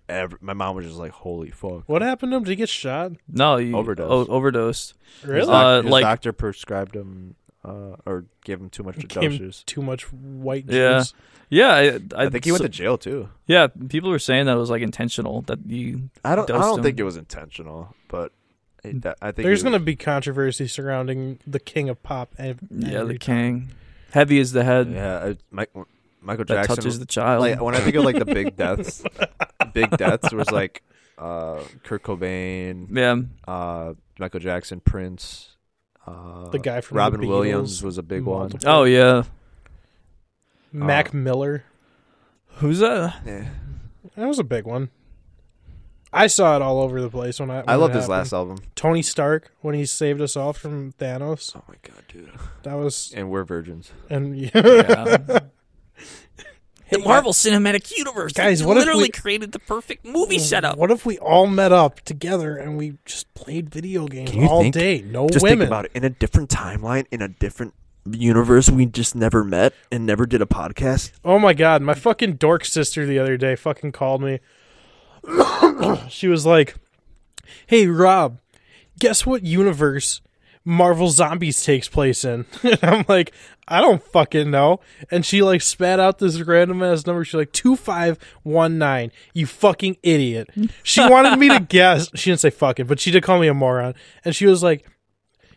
Speaker 4: every, my mom was just like, "Holy fuck!"
Speaker 2: What happened to him? Did he get shot?
Speaker 3: No, you
Speaker 4: Overdose.
Speaker 3: o- overdosed.
Speaker 4: His,
Speaker 2: Really?
Speaker 4: doc-
Speaker 3: Uh,
Speaker 4: his
Speaker 3: like-
Speaker 4: doctor prescribed him uh, or gave him too much
Speaker 2: Gave him
Speaker 4: doses.
Speaker 2: Too much white juice.
Speaker 3: Yeah. Yeah, I,
Speaker 4: I think he went
Speaker 3: so-
Speaker 4: to jail too.
Speaker 3: Yeah, people were saying that it was like intentional that you
Speaker 4: I don't. I
Speaker 3: Dosed
Speaker 4: don't
Speaker 3: him.
Speaker 4: think it was intentional, but it, that- I think
Speaker 2: There's
Speaker 4: he
Speaker 2: going to
Speaker 4: was-
Speaker 2: be controversy surrounding the king of pop. And
Speaker 3: Yeah, the king. Heavy is the head
Speaker 4: Yeah, I, Mike, Michael
Speaker 3: that
Speaker 4: Jackson
Speaker 3: touches the child.
Speaker 4: like when I think of like the big deaths, big deaths was like uh, Kurt Cobain,
Speaker 3: yeah.
Speaker 4: uh, Michael Jackson, Prince, uh,
Speaker 2: The guy from the
Speaker 4: Robin Williams
Speaker 2: Beatles,
Speaker 4: was a big
Speaker 2: multiple-
Speaker 3: Oh yeah.
Speaker 2: Mac
Speaker 4: Uh,
Speaker 2: Miller.
Speaker 3: Who's that?
Speaker 4: Oh, one. Yeah.
Speaker 2: That was a big one. I saw it all over the place when I. When
Speaker 4: I
Speaker 2: it
Speaker 4: loved his
Speaker 2: happened.
Speaker 4: last album.
Speaker 2: Tony Stark when he saved us all from Thanos.
Speaker 6: Oh my god, dude.
Speaker 2: That was
Speaker 6: And we're virgins.
Speaker 2: and
Speaker 3: Yeah.
Speaker 2: Hey,
Speaker 7: the Marvel Cinematic Universe.
Speaker 2: Guys,
Speaker 7: They
Speaker 2: what if
Speaker 7: literally
Speaker 2: we-
Speaker 7: created the perfect movie setup?
Speaker 2: What if we all met up together and we just played video games
Speaker 6: Can you
Speaker 2: all
Speaker 6: think-
Speaker 2: day? No
Speaker 6: Just
Speaker 2: women.
Speaker 6: think about it. In a different timeline, in a different universe, we just never met and never did a podcast.
Speaker 2: Oh my god, my fucking dork sister the other day fucking called me. she was like, "Hey Rob, guess what universe Marvel Zombies takes place in?" and I'm like, "I don't fucking know." And she like spat out this random ass number. She's like, "2519." You fucking idiot. She wanted me to guess. She didn't say fucking, but she did call me a moron. And she was like,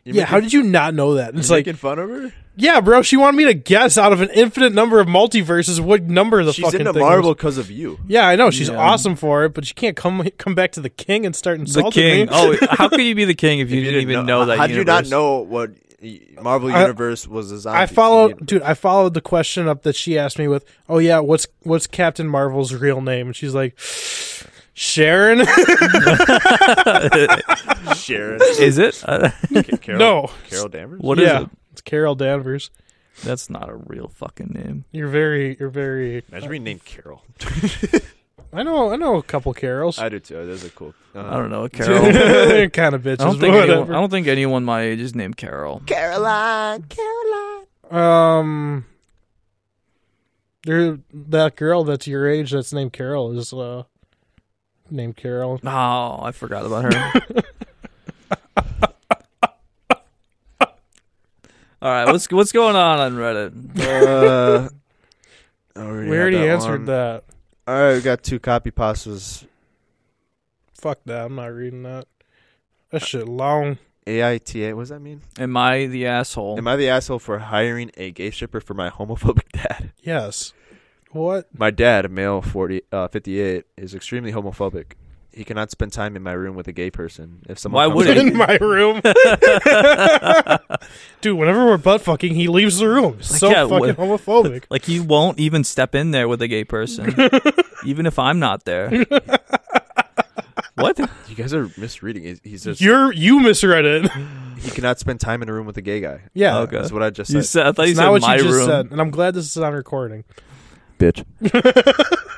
Speaker 2: "Yeah, how did you not know that?" And it's like,
Speaker 4: Making fun of her?
Speaker 2: yeah, bro, she wanted me to guess out of an infinite number of multiverses what number the
Speaker 4: She's
Speaker 2: fucking
Speaker 4: into
Speaker 2: thing
Speaker 4: Marvel
Speaker 2: was.
Speaker 4: because of you.
Speaker 2: Yeah, I know she's awesome for it, but she can't come come back to the king and start
Speaker 3: the
Speaker 2: insulting
Speaker 3: king.
Speaker 2: me.
Speaker 3: Oh, how could you be the king if you, didn't, even know, that?
Speaker 4: How did you not
Speaker 3: universe?
Speaker 4: know what y- Marvel
Speaker 2: I-
Speaker 4: Universe was designed?
Speaker 2: I followed, dude. I followed the question up that she asked me with, "Oh yeah, what's what's Captain Marvel's real name?" And she's like, "Sharon."
Speaker 4: Sharon.
Speaker 3: Is it? Uh,
Speaker 4: Carol,
Speaker 2: no,
Speaker 4: Carol Danvers.
Speaker 3: what is
Speaker 2: yeah,
Speaker 3: it?
Speaker 2: it's Carol Danvers.
Speaker 3: That's not a real fucking name.
Speaker 2: You're very, you're very.
Speaker 4: Imagine being named Carol.
Speaker 2: I know, I know a couple Carols.
Speaker 4: I do too. That's a cool. Uh,
Speaker 3: I don't know, Carol. I
Speaker 2: They're kind of bitches.
Speaker 3: don't
Speaker 2: but
Speaker 3: think anyone,
Speaker 2: whatever.
Speaker 3: I don't think anyone my age is named Carol.
Speaker 4: Caroline, Caroline.
Speaker 2: Um, there that girl that's your age that's named Carol is uh named Carol.
Speaker 3: Oh, I forgot about her. All right, what's what's going on on Reddit?
Speaker 4: Uh, I already
Speaker 2: we
Speaker 4: had
Speaker 2: already
Speaker 4: that
Speaker 2: answered
Speaker 4: one.
Speaker 2: that.
Speaker 4: All right, we got two copy pastas.
Speaker 2: Fuck that! I'm not reading that. That shit long.
Speaker 4: AITA. What does that mean?
Speaker 3: Am I the asshole?
Speaker 4: Am I the asshole for hiring a gay stripper for my homophobic dad?
Speaker 2: Yes. What?
Speaker 4: My dad, a male 40, uh, 58, is extremely homophobic. He cannot spend time in my room with a gay person. If someone
Speaker 3: Why
Speaker 4: comes
Speaker 3: would
Speaker 4: up-
Speaker 3: he?
Speaker 2: In my room, dude. Whenever we're butt fucking, he leaves the room. so
Speaker 3: yeah,
Speaker 2: fucking
Speaker 3: what-
Speaker 2: homophobic.
Speaker 3: like you won't even step in there with a gay person, even if I'm not there. what?
Speaker 4: You guys are misreading. He's- He's just
Speaker 2: You're you misread it.
Speaker 4: he cannot spend time in a room with a gay guy.
Speaker 2: Yeah,
Speaker 3: Okay.
Speaker 4: That's what I just
Speaker 3: You
Speaker 4: said.
Speaker 3: said I thought you
Speaker 2: it's
Speaker 3: said
Speaker 2: not what
Speaker 3: my
Speaker 2: you just
Speaker 3: room.
Speaker 2: said, and I'm glad this is on recording.
Speaker 4: Bitch.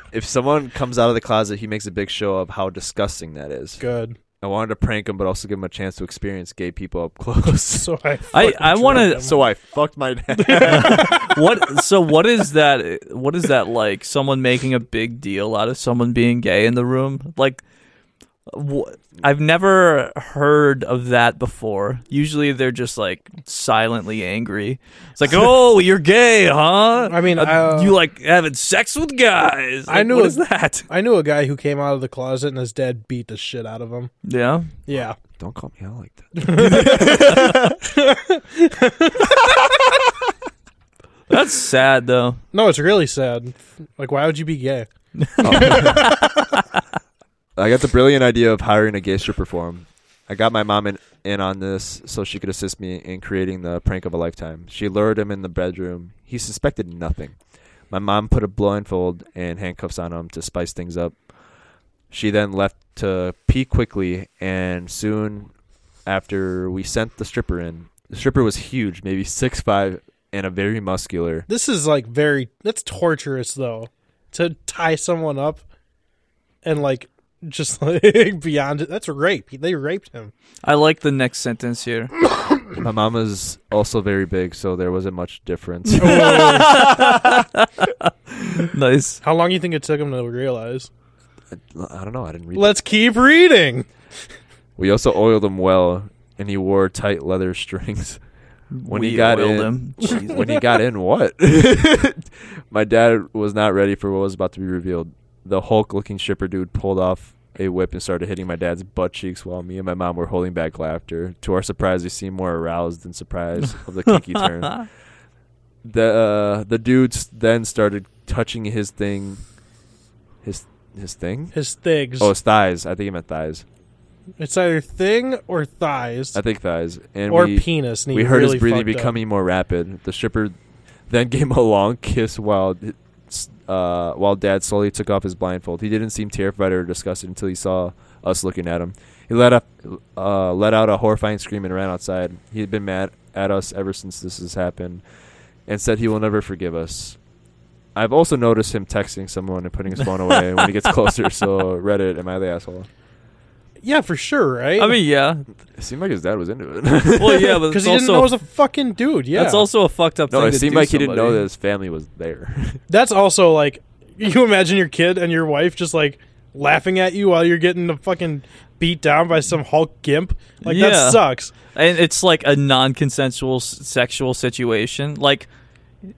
Speaker 4: if someone comes out of the closet, he makes a big show of how disgusting that is.
Speaker 2: Good.
Speaker 4: I wanted to prank him, but also give him a chance to experience gay people up close.
Speaker 2: So I.
Speaker 3: I
Speaker 2: fucking
Speaker 3: I want
Speaker 2: drugged
Speaker 3: to
Speaker 2: him.
Speaker 4: so I fucked my dad.
Speaker 3: what so what is that what is that like someone making a big deal out of someone being gay in the room like wh- i've never heard of that before usually they're just like silently angry it's like oh you're gay huh
Speaker 2: I mean,
Speaker 3: Uh,
Speaker 2: I, uh,
Speaker 3: you like having sex with guys
Speaker 2: I
Speaker 3: Like,
Speaker 2: knew
Speaker 3: what
Speaker 2: it-
Speaker 3: is that
Speaker 2: I knew a guy who came out of the closet and his dad beat the shit out of him.
Speaker 3: yeah
Speaker 2: Yeah.
Speaker 4: Don't call me out like that.
Speaker 3: that's sad though
Speaker 2: No, it's really sad. Like, why would you be gay?
Speaker 4: I got the brilliant idea of hiring a gay stripper for him. I got my mom in, in on this so she could assist me in creating the prank of a lifetime. She lured him in the bedroom. He suspected nothing. My mom put a blindfold and handcuffs on him to spice things up. She then left to pee quickly, and soon after we sent the stripper in. The stripper was huge, maybe six five, and a very muscular.
Speaker 2: This is like very. That's torturous though, to tie someone up, and like just like beyond it. That's rape. They raped him.
Speaker 3: i like the next sentence here
Speaker 4: My mom was also very big, so there wasn't much difference.
Speaker 3: nice
Speaker 2: How long do you think it took him to realize?
Speaker 4: I don't know. I didn't read.
Speaker 2: Let's keep reading.
Speaker 4: We also oiled him well, and he wore tight leather strings. When
Speaker 3: we
Speaker 4: he got
Speaker 3: oiled
Speaker 4: in,
Speaker 3: him Jesus.
Speaker 4: when he got in, what? My dad was not ready for what was about to be revealed. The Hulk-looking stripper dude pulled off a whip and started hitting my dad's butt cheeks while me and my mom were holding back laughter. To our surprise, he seemed more aroused than surprised of the kinky turn. The uh, the dude s- then started touching his thing, his his thing.
Speaker 2: His thighs.
Speaker 4: Oh, his thighs. I think he meant thighs.
Speaker 2: It's either thing or thighs
Speaker 4: I think thighs. And
Speaker 2: or
Speaker 4: we,
Speaker 2: penis. And he
Speaker 4: we heard
Speaker 2: really
Speaker 4: his breathing
Speaker 2: fucked up.
Speaker 4: becoming more rapid. The stripper then gave him a long kiss while th- s- uh, while Dad slowly took off his blindfold. He didn't seem terrified or disgusted until he saw us looking at him. He let up, uh, let out a horrifying scream and ran outside. He had been mad at us ever since this has happened, and said he will never forgive us. I've also noticed him texting someone and putting his phone away when he gets closer. So Reddit, am I the asshole?
Speaker 2: Yeah, for sure, right?
Speaker 3: I mean, yeah.
Speaker 4: It seemed like his dad was into it.
Speaker 3: Well, yeah, but
Speaker 2: because
Speaker 3: it's
Speaker 2: he didn't
Speaker 3: also
Speaker 2: know it was a fucking dude. Yeah,
Speaker 3: that's also a fucked up
Speaker 4: no,
Speaker 3: thing.
Speaker 4: it
Speaker 3: to
Speaker 4: seemed
Speaker 3: do
Speaker 4: like he didn't know
Speaker 3: somebody.
Speaker 4: that his family was there.
Speaker 2: That's also like you imagine your kid and your wife just like laughing at you while you're getting the fucking beat down by some Hulk gimp. Like
Speaker 3: Yeah.
Speaker 2: that sucks.
Speaker 3: and it's like a non-consensual s- sexual situation like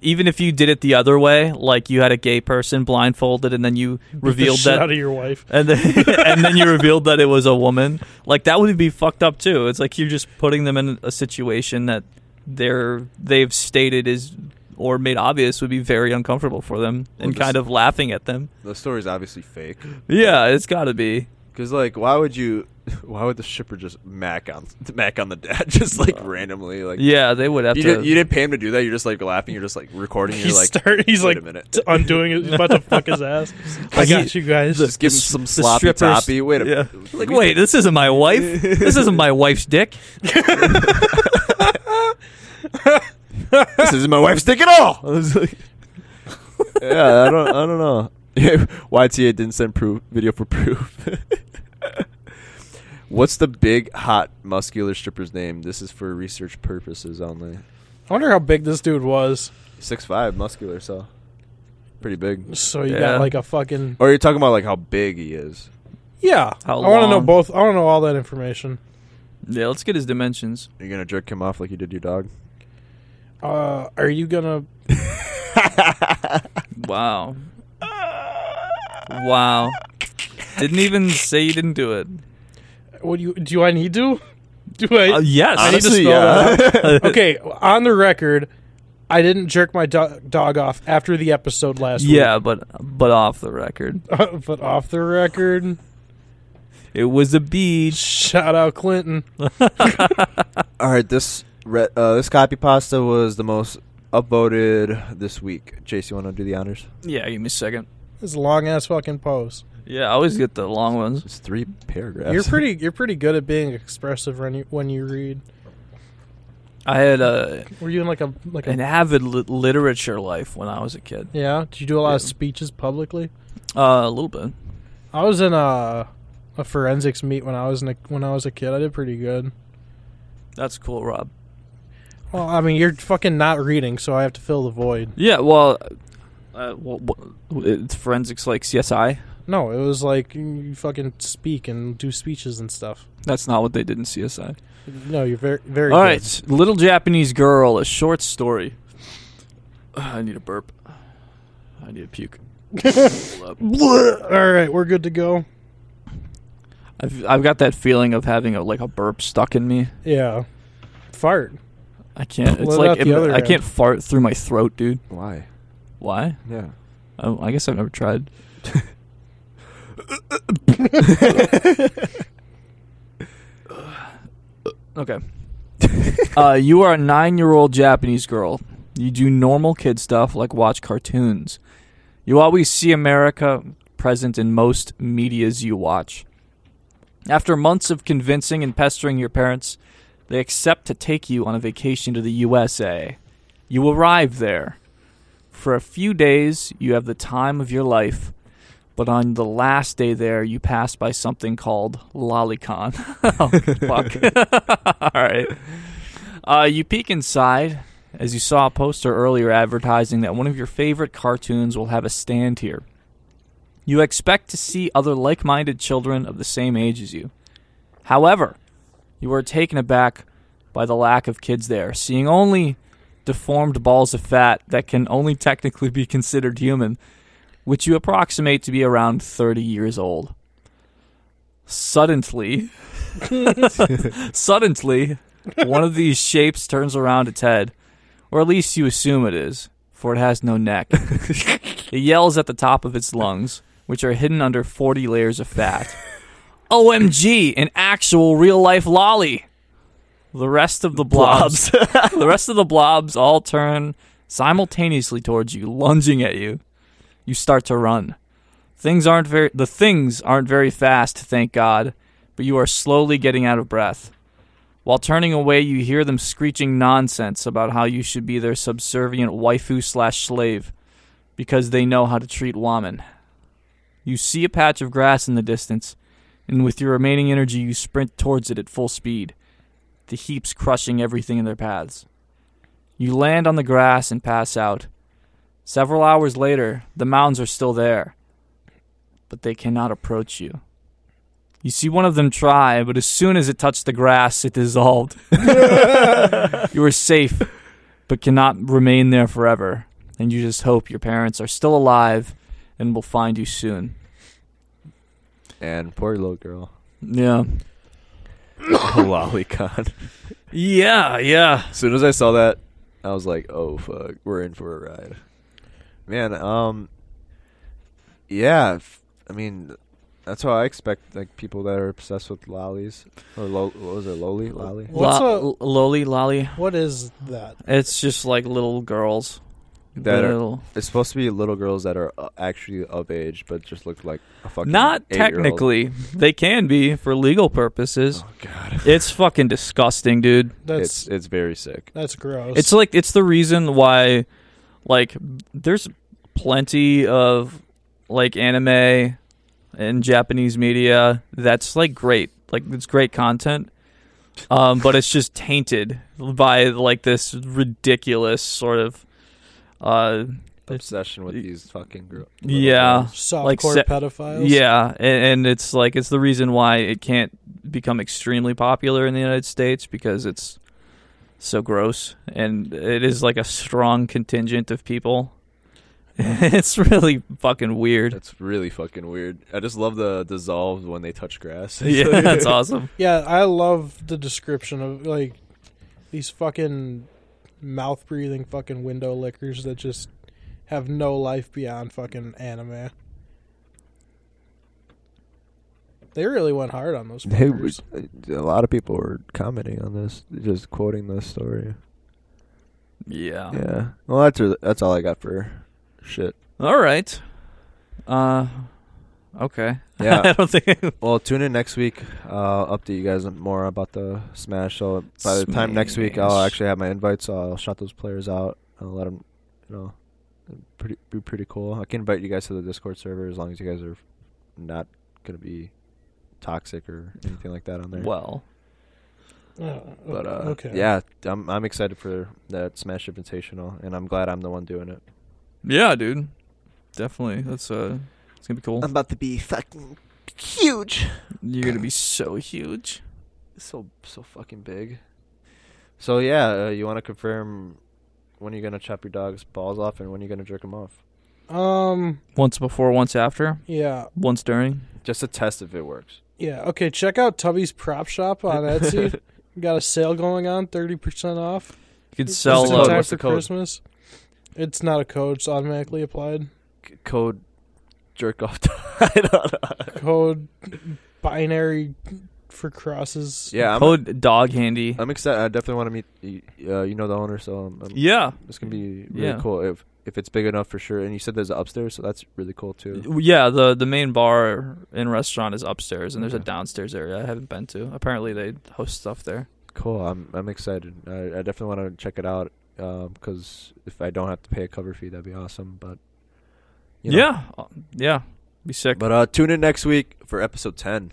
Speaker 3: even if you did it the other way like you had a gay person blindfolded and then you
Speaker 2: Beat the
Speaker 3: revealed
Speaker 2: shit out
Speaker 3: that
Speaker 2: of your wife.
Speaker 3: and then, and then you revealed that it was a woman like that would be fucked up too it's like you're just putting them in a situation that they're they've stated is or made obvious would be very uncomfortable for them and
Speaker 6: just-
Speaker 3: kind of laughing at them
Speaker 6: The story's obviously fake.
Speaker 3: yeah it's gotta be
Speaker 6: Cause like, why would you? Why would the shipper just mac on mac on the dad just like randomly? Like,
Speaker 3: yeah they would have
Speaker 6: you,
Speaker 3: to
Speaker 6: did, you didn't pay him to do that. You're just like laughing. You're just like recording. You're
Speaker 2: He's
Speaker 6: like,
Speaker 2: start, he's
Speaker 6: wait
Speaker 2: like
Speaker 6: a minute.
Speaker 2: t- uh, undoing it. He's about to fuck his ass. I got you guys.
Speaker 6: just give him some sloppy
Speaker 3: strippers-
Speaker 6: toppy. Wait a
Speaker 3: yeah.
Speaker 6: minute.
Speaker 3: Like, wait, this isn't my wife. This isn't my wife's dick.
Speaker 6: this isn't my wife's dick at all.
Speaker 4: yeah, I don't, I don't know. YTA didn't send proof video for proof.
Speaker 6: What's the big hot muscular stripper's name? This is for research purposes only.
Speaker 2: I wonder how big this dude was.
Speaker 6: Six five, muscular, so pretty big.
Speaker 2: So you
Speaker 3: Yeah.
Speaker 2: got like a fucking
Speaker 6: Or you're talking about like how big he is.
Speaker 2: yeah.
Speaker 3: How
Speaker 2: I want to know
Speaker 3: long?
Speaker 2: both. I want to know all that information.
Speaker 3: Yeah, let's get his dimensions.
Speaker 6: You're gonna jerk him off like you did your dog.
Speaker 2: Uh, are you gonna?
Speaker 3: Wow. Wow. Didn't even say you didn't do it.
Speaker 2: What do you? Do I need to? Do I?
Speaker 3: Uh, yes.
Speaker 2: I need to
Speaker 6: Honestly,
Speaker 2: spell
Speaker 6: yeah.
Speaker 2: that out. Okay, on the record, I didn't jerk my do- dog off after the episode last
Speaker 3: yeah, but but off the record,
Speaker 2: week. but off the record,
Speaker 3: it was a beach.
Speaker 2: shout out Clinton.
Speaker 6: All right, this re- uh, this copy pasta was the most upvoted this week. Chase, you want to do the honors?
Speaker 3: Yeah, give me a second.
Speaker 2: This long ass fucking pose.
Speaker 3: Yeah, I always get the long ones.
Speaker 6: It's three paragraphs.
Speaker 2: You're pretty. You're pretty good at being expressive when you when you read.
Speaker 3: I had a
Speaker 2: Were you in like a like
Speaker 3: an
Speaker 2: a?
Speaker 3: avid li- literature life when I was a kid.
Speaker 2: Yeah. Did you do a lot of
Speaker 3: Yeah.
Speaker 2: speeches publicly?
Speaker 3: Uh, a little bit.
Speaker 2: I was in a a forensics meet when I was in a, when I was a kid. I did pretty good.
Speaker 3: That's cool, Rob.
Speaker 2: Well, I mean, you're fucking not reading, so I have to fill the void.
Speaker 3: Yeah, well, uh, well, well, it's forensics like CSI.
Speaker 2: No, it was like you fucking speak and do speeches and stuff.
Speaker 3: That's not what they did in CSI.
Speaker 2: No, you're very very
Speaker 3: All
Speaker 2: good.
Speaker 3: right, Little Japanese Girl, a short story. Ugh, I need a burp. I need a puke.
Speaker 2: Bleh. All right, we're good to go.
Speaker 3: I've, I've got that feeling of having a, like a burp stuck in me.
Speaker 2: Yeah. Fart.
Speaker 3: I can't. It's
Speaker 2: Let
Speaker 3: like
Speaker 2: out the other
Speaker 3: I can't
Speaker 2: end.
Speaker 3: fart through my throat, dude.
Speaker 6: Why?
Speaker 3: Why?
Speaker 6: Yeah.
Speaker 3: Oh, I guess I've never tried. okay. uh, you are a nine year old Japanese girl. You do normal kid stuff like watch cartoons. You always see America present in most medias you watch. After months of convincing and pestering your parents, they accept to take you on a vacation to the USA. You arrive there. For a few days, you have the time of your life, but on the last day there, you pass by something called Lolicon. oh, fuck. All right. Uh, you peek inside as you saw a poster earlier advertising that one of your favorite cartoons will have a stand here. You expect to see other like minded children of the same age as you. However, you are taken aback by the lack of kids there, seeing only deformed balls of fat that can only technically be considered human, which you approximate to be around 30 years old. Suddenly, suddenly, one of these shapes turns around its head, or at least you assume it is, for it has no neck. it yells at the top of its lungs, which are hidden under 40 layers of fat. OMG, an actual real life lolly! The rest of the blobs the rest of the blobs all turn simultaneously towards you, lunging at you. you start to run. Things aren't very the things aren't very fast, thank God, but you are slowly getting out of breath. While turning away, you hear them screeching nonsense about how you should be their subservient waifu slash slave, because they know how to treat women. You see a patch of grass in the distance, and with your remaining energy, you sprint towards it at full speed, the heaps crushing everything in their paths. You land on the grass and pass out. Several hours later, the mounds are still there, but they cannot approach you. You see one of them try, but as soon as it touched the grass, it dissolved. you are safe, but cannot remain there forever, and you just hope your parents are still alive and will find you soon.
Speaker 4: And poor little girl.
Speaker 3: Yeah.
Speaker 4: Lolicon.
Speaker 3: Yeah, yeah.
Speaker 4: As soon as I saw that, I was like, "Oh fuck, we're in for a ride." Man, um yeah, f- I mean, that's how I expect like people that are obsessed with lollies or lo- what was it, lolly, lolly?
Speaker 2: What's
Speaker 3: Lo- lolly lolly.
Speaker 2: What is that?
Speaker 3: It's just like little girls.
Speaker 4: That are-
Speaker 3: Little-
Speaker 4: It's supposed to be little girls that are uh, actually of age but just look like a fucking
Speaker 3: Not
Speaker 4: eight-year-old.
Speaker 3: technically. They can be for legal purposes.
Speaker 4: Oh god.
Speaker 3: It's fucking disgusting, dude.
Speaker 2: That's
Speaker 4: it's it's very sick.
Speaker 2: that's gross.
Speaker 3: It's like it's the reason why like there's plenty of like anime and Japanese media that's like great. Like it's great content. Um but it's just tainted by like this ridiculous sort of uh
Speaker 4: Obsession with
Speaker 3: y-
Speaker 4: these fucking girls.
Speaker 3: yeah.
Speaker 2: softcore
Speaker 3: like se-
Speaker 2: pedophiles.
Speaker 3: Yeah, a- and, and it's like it's the reason why it can't become extremely popular in the United States because it's so gross, and it is like a strong contingent of people. it's really fucking weird.
Speaker 4: That's really fucking weird. I just love the dissolved when they touch grass.
Speaker 3: Yeah, that's awesome.
Speaker 2: yeah. I love the description of like these fucking mouth breathing fucking window lickers that just have no life beyond fucking anime. They really went hard on those.
Speaker 4: They
Speaker 2: fuckers.
Speaker 4: a lot of people were commenting on this, just quoting this story.
Speaker 3: Yeah.
Speaker 4: Yeah. Well, that's a- that's all I got for shit.
Speaker 3: All right. Uh, okay.
Speaker 4: Yeah.
Speaker 3: I don't think.
Speaker 4: Well, tune in next week. Uh, I'll update you guys more about the smash. So by the time next week, I'll
Speaker 3: Smash.
Speaker 4: actually have my invite. So I'll shout those players out. I'll let them, you know, it'd pretty be pretty cool. I can invite you guys to the Discord server as long as you guys are not gonna be toxic or anything like that on there.
Speaker 3: Well,
Speaker 2: Oh,
Speaker 4: But uh,
Speaker 2: okay.
Speaker 4: yeah, I'm I'm excited for that Smash Invitational, and I'm glad I'm the one doing it.
Speaker 3: yeah, dude. Definitely. That's uh, it's gonna be cool.
Speaker 4: about to be fucking huge.
Speaker 3: You're gonna be so huge.
Speaker 4: So so fucking big. So yeah, uh, you want to confirm when you're gonna chop your dog's balls off and when you're gonna jerk him off?
Speaker 2: Um.
Speaker 3: Once before, once after,
Speaker 2: Yeah.
Speaker 3: once during.
Speaker 4: Just to test if it works.
Speaker 2: Yeah. Okay. Check out Tubby's Prop Shop on Etsy. We got a sale going on, thirty percent off.
Speaker 3: You could
Speaker 2: Just
Speaker 3: sell
Speaker 2: in
Speaker 4: code?
Speaker 3: uh,
Speaker 2: time
Speaker 4: What's
Speaker 2: for
Speaker 4: the code?
Speaker 2: Christmas. It's not a code; it's automatically applied.
Speaker 4: C- code jerk off. I don't know.
Speaker 2: Code binary for crosses.
Speaker 4: Yeah, I'm
Speaker 3: code dog handy.
Speaker 4: I'm excited. I definitely want to meet. y- Uh, you know the owner, so I'm, I'm
Speaker 3: yeah,
Speaker 4: it's gonna be really
Speaker 3: Yeah.
Speaker 4: cool if if it's big enough for sure. And you said there's an upstairs, so that's really cool too.
Speaker 3: yeah. The the main bar and restaurant is upstairs, and there's a
Speaker 4: Yeah.
Speaker 3: downstairs area I haven't been to. Apparently, they host stuff there.
Speaker 4: Cool. I'm I'm excited. I, I definitely want to check it out because if I don't have to pay a cover fee, that'd be awesome. But you know.
Speaker 3: Yeah, Uh, yeah. Be sick.
Speaker 4: But uh, tune in next week for episode ten.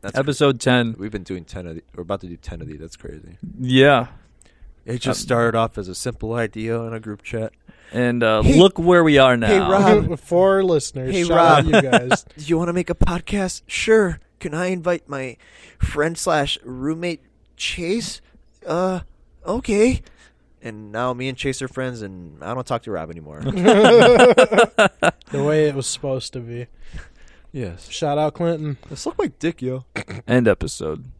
Speaker 4: That's cra-
Speaker 3: Episode ten.
Speaker 4: We've been doing ten of. The, we're about to do ten of these. That's crazy. Um,
Speaker 3: Yeah,
Speaker 4: It
Speaker 3: just
Speaker 4: just started off as a simple idea in a group chat.
Speaker 3: and uh,
Speaker 4: Hey-
Speaker 3: look where we are now.
Speaker 4: Rob.
Speaker 2: For listeners,
Speaker 4: Hey,
Speaker 2: shout out
Speaker 4: Rob.
Speaker 2: you guys.
Speaker 4: Do you want to make a podcast? Sure. Can I invite my friend slash roommate Chase? Uh, okay. And now me and Chase are friends, and I don't talk to Rob anymore.
Speaker 2: the way it was supposed to be.
Speaker 4: yes.
Speaker 2: Shout out Clinton.
Speaker 4: Let's look like dick, yo.
Speaker 3: End episode.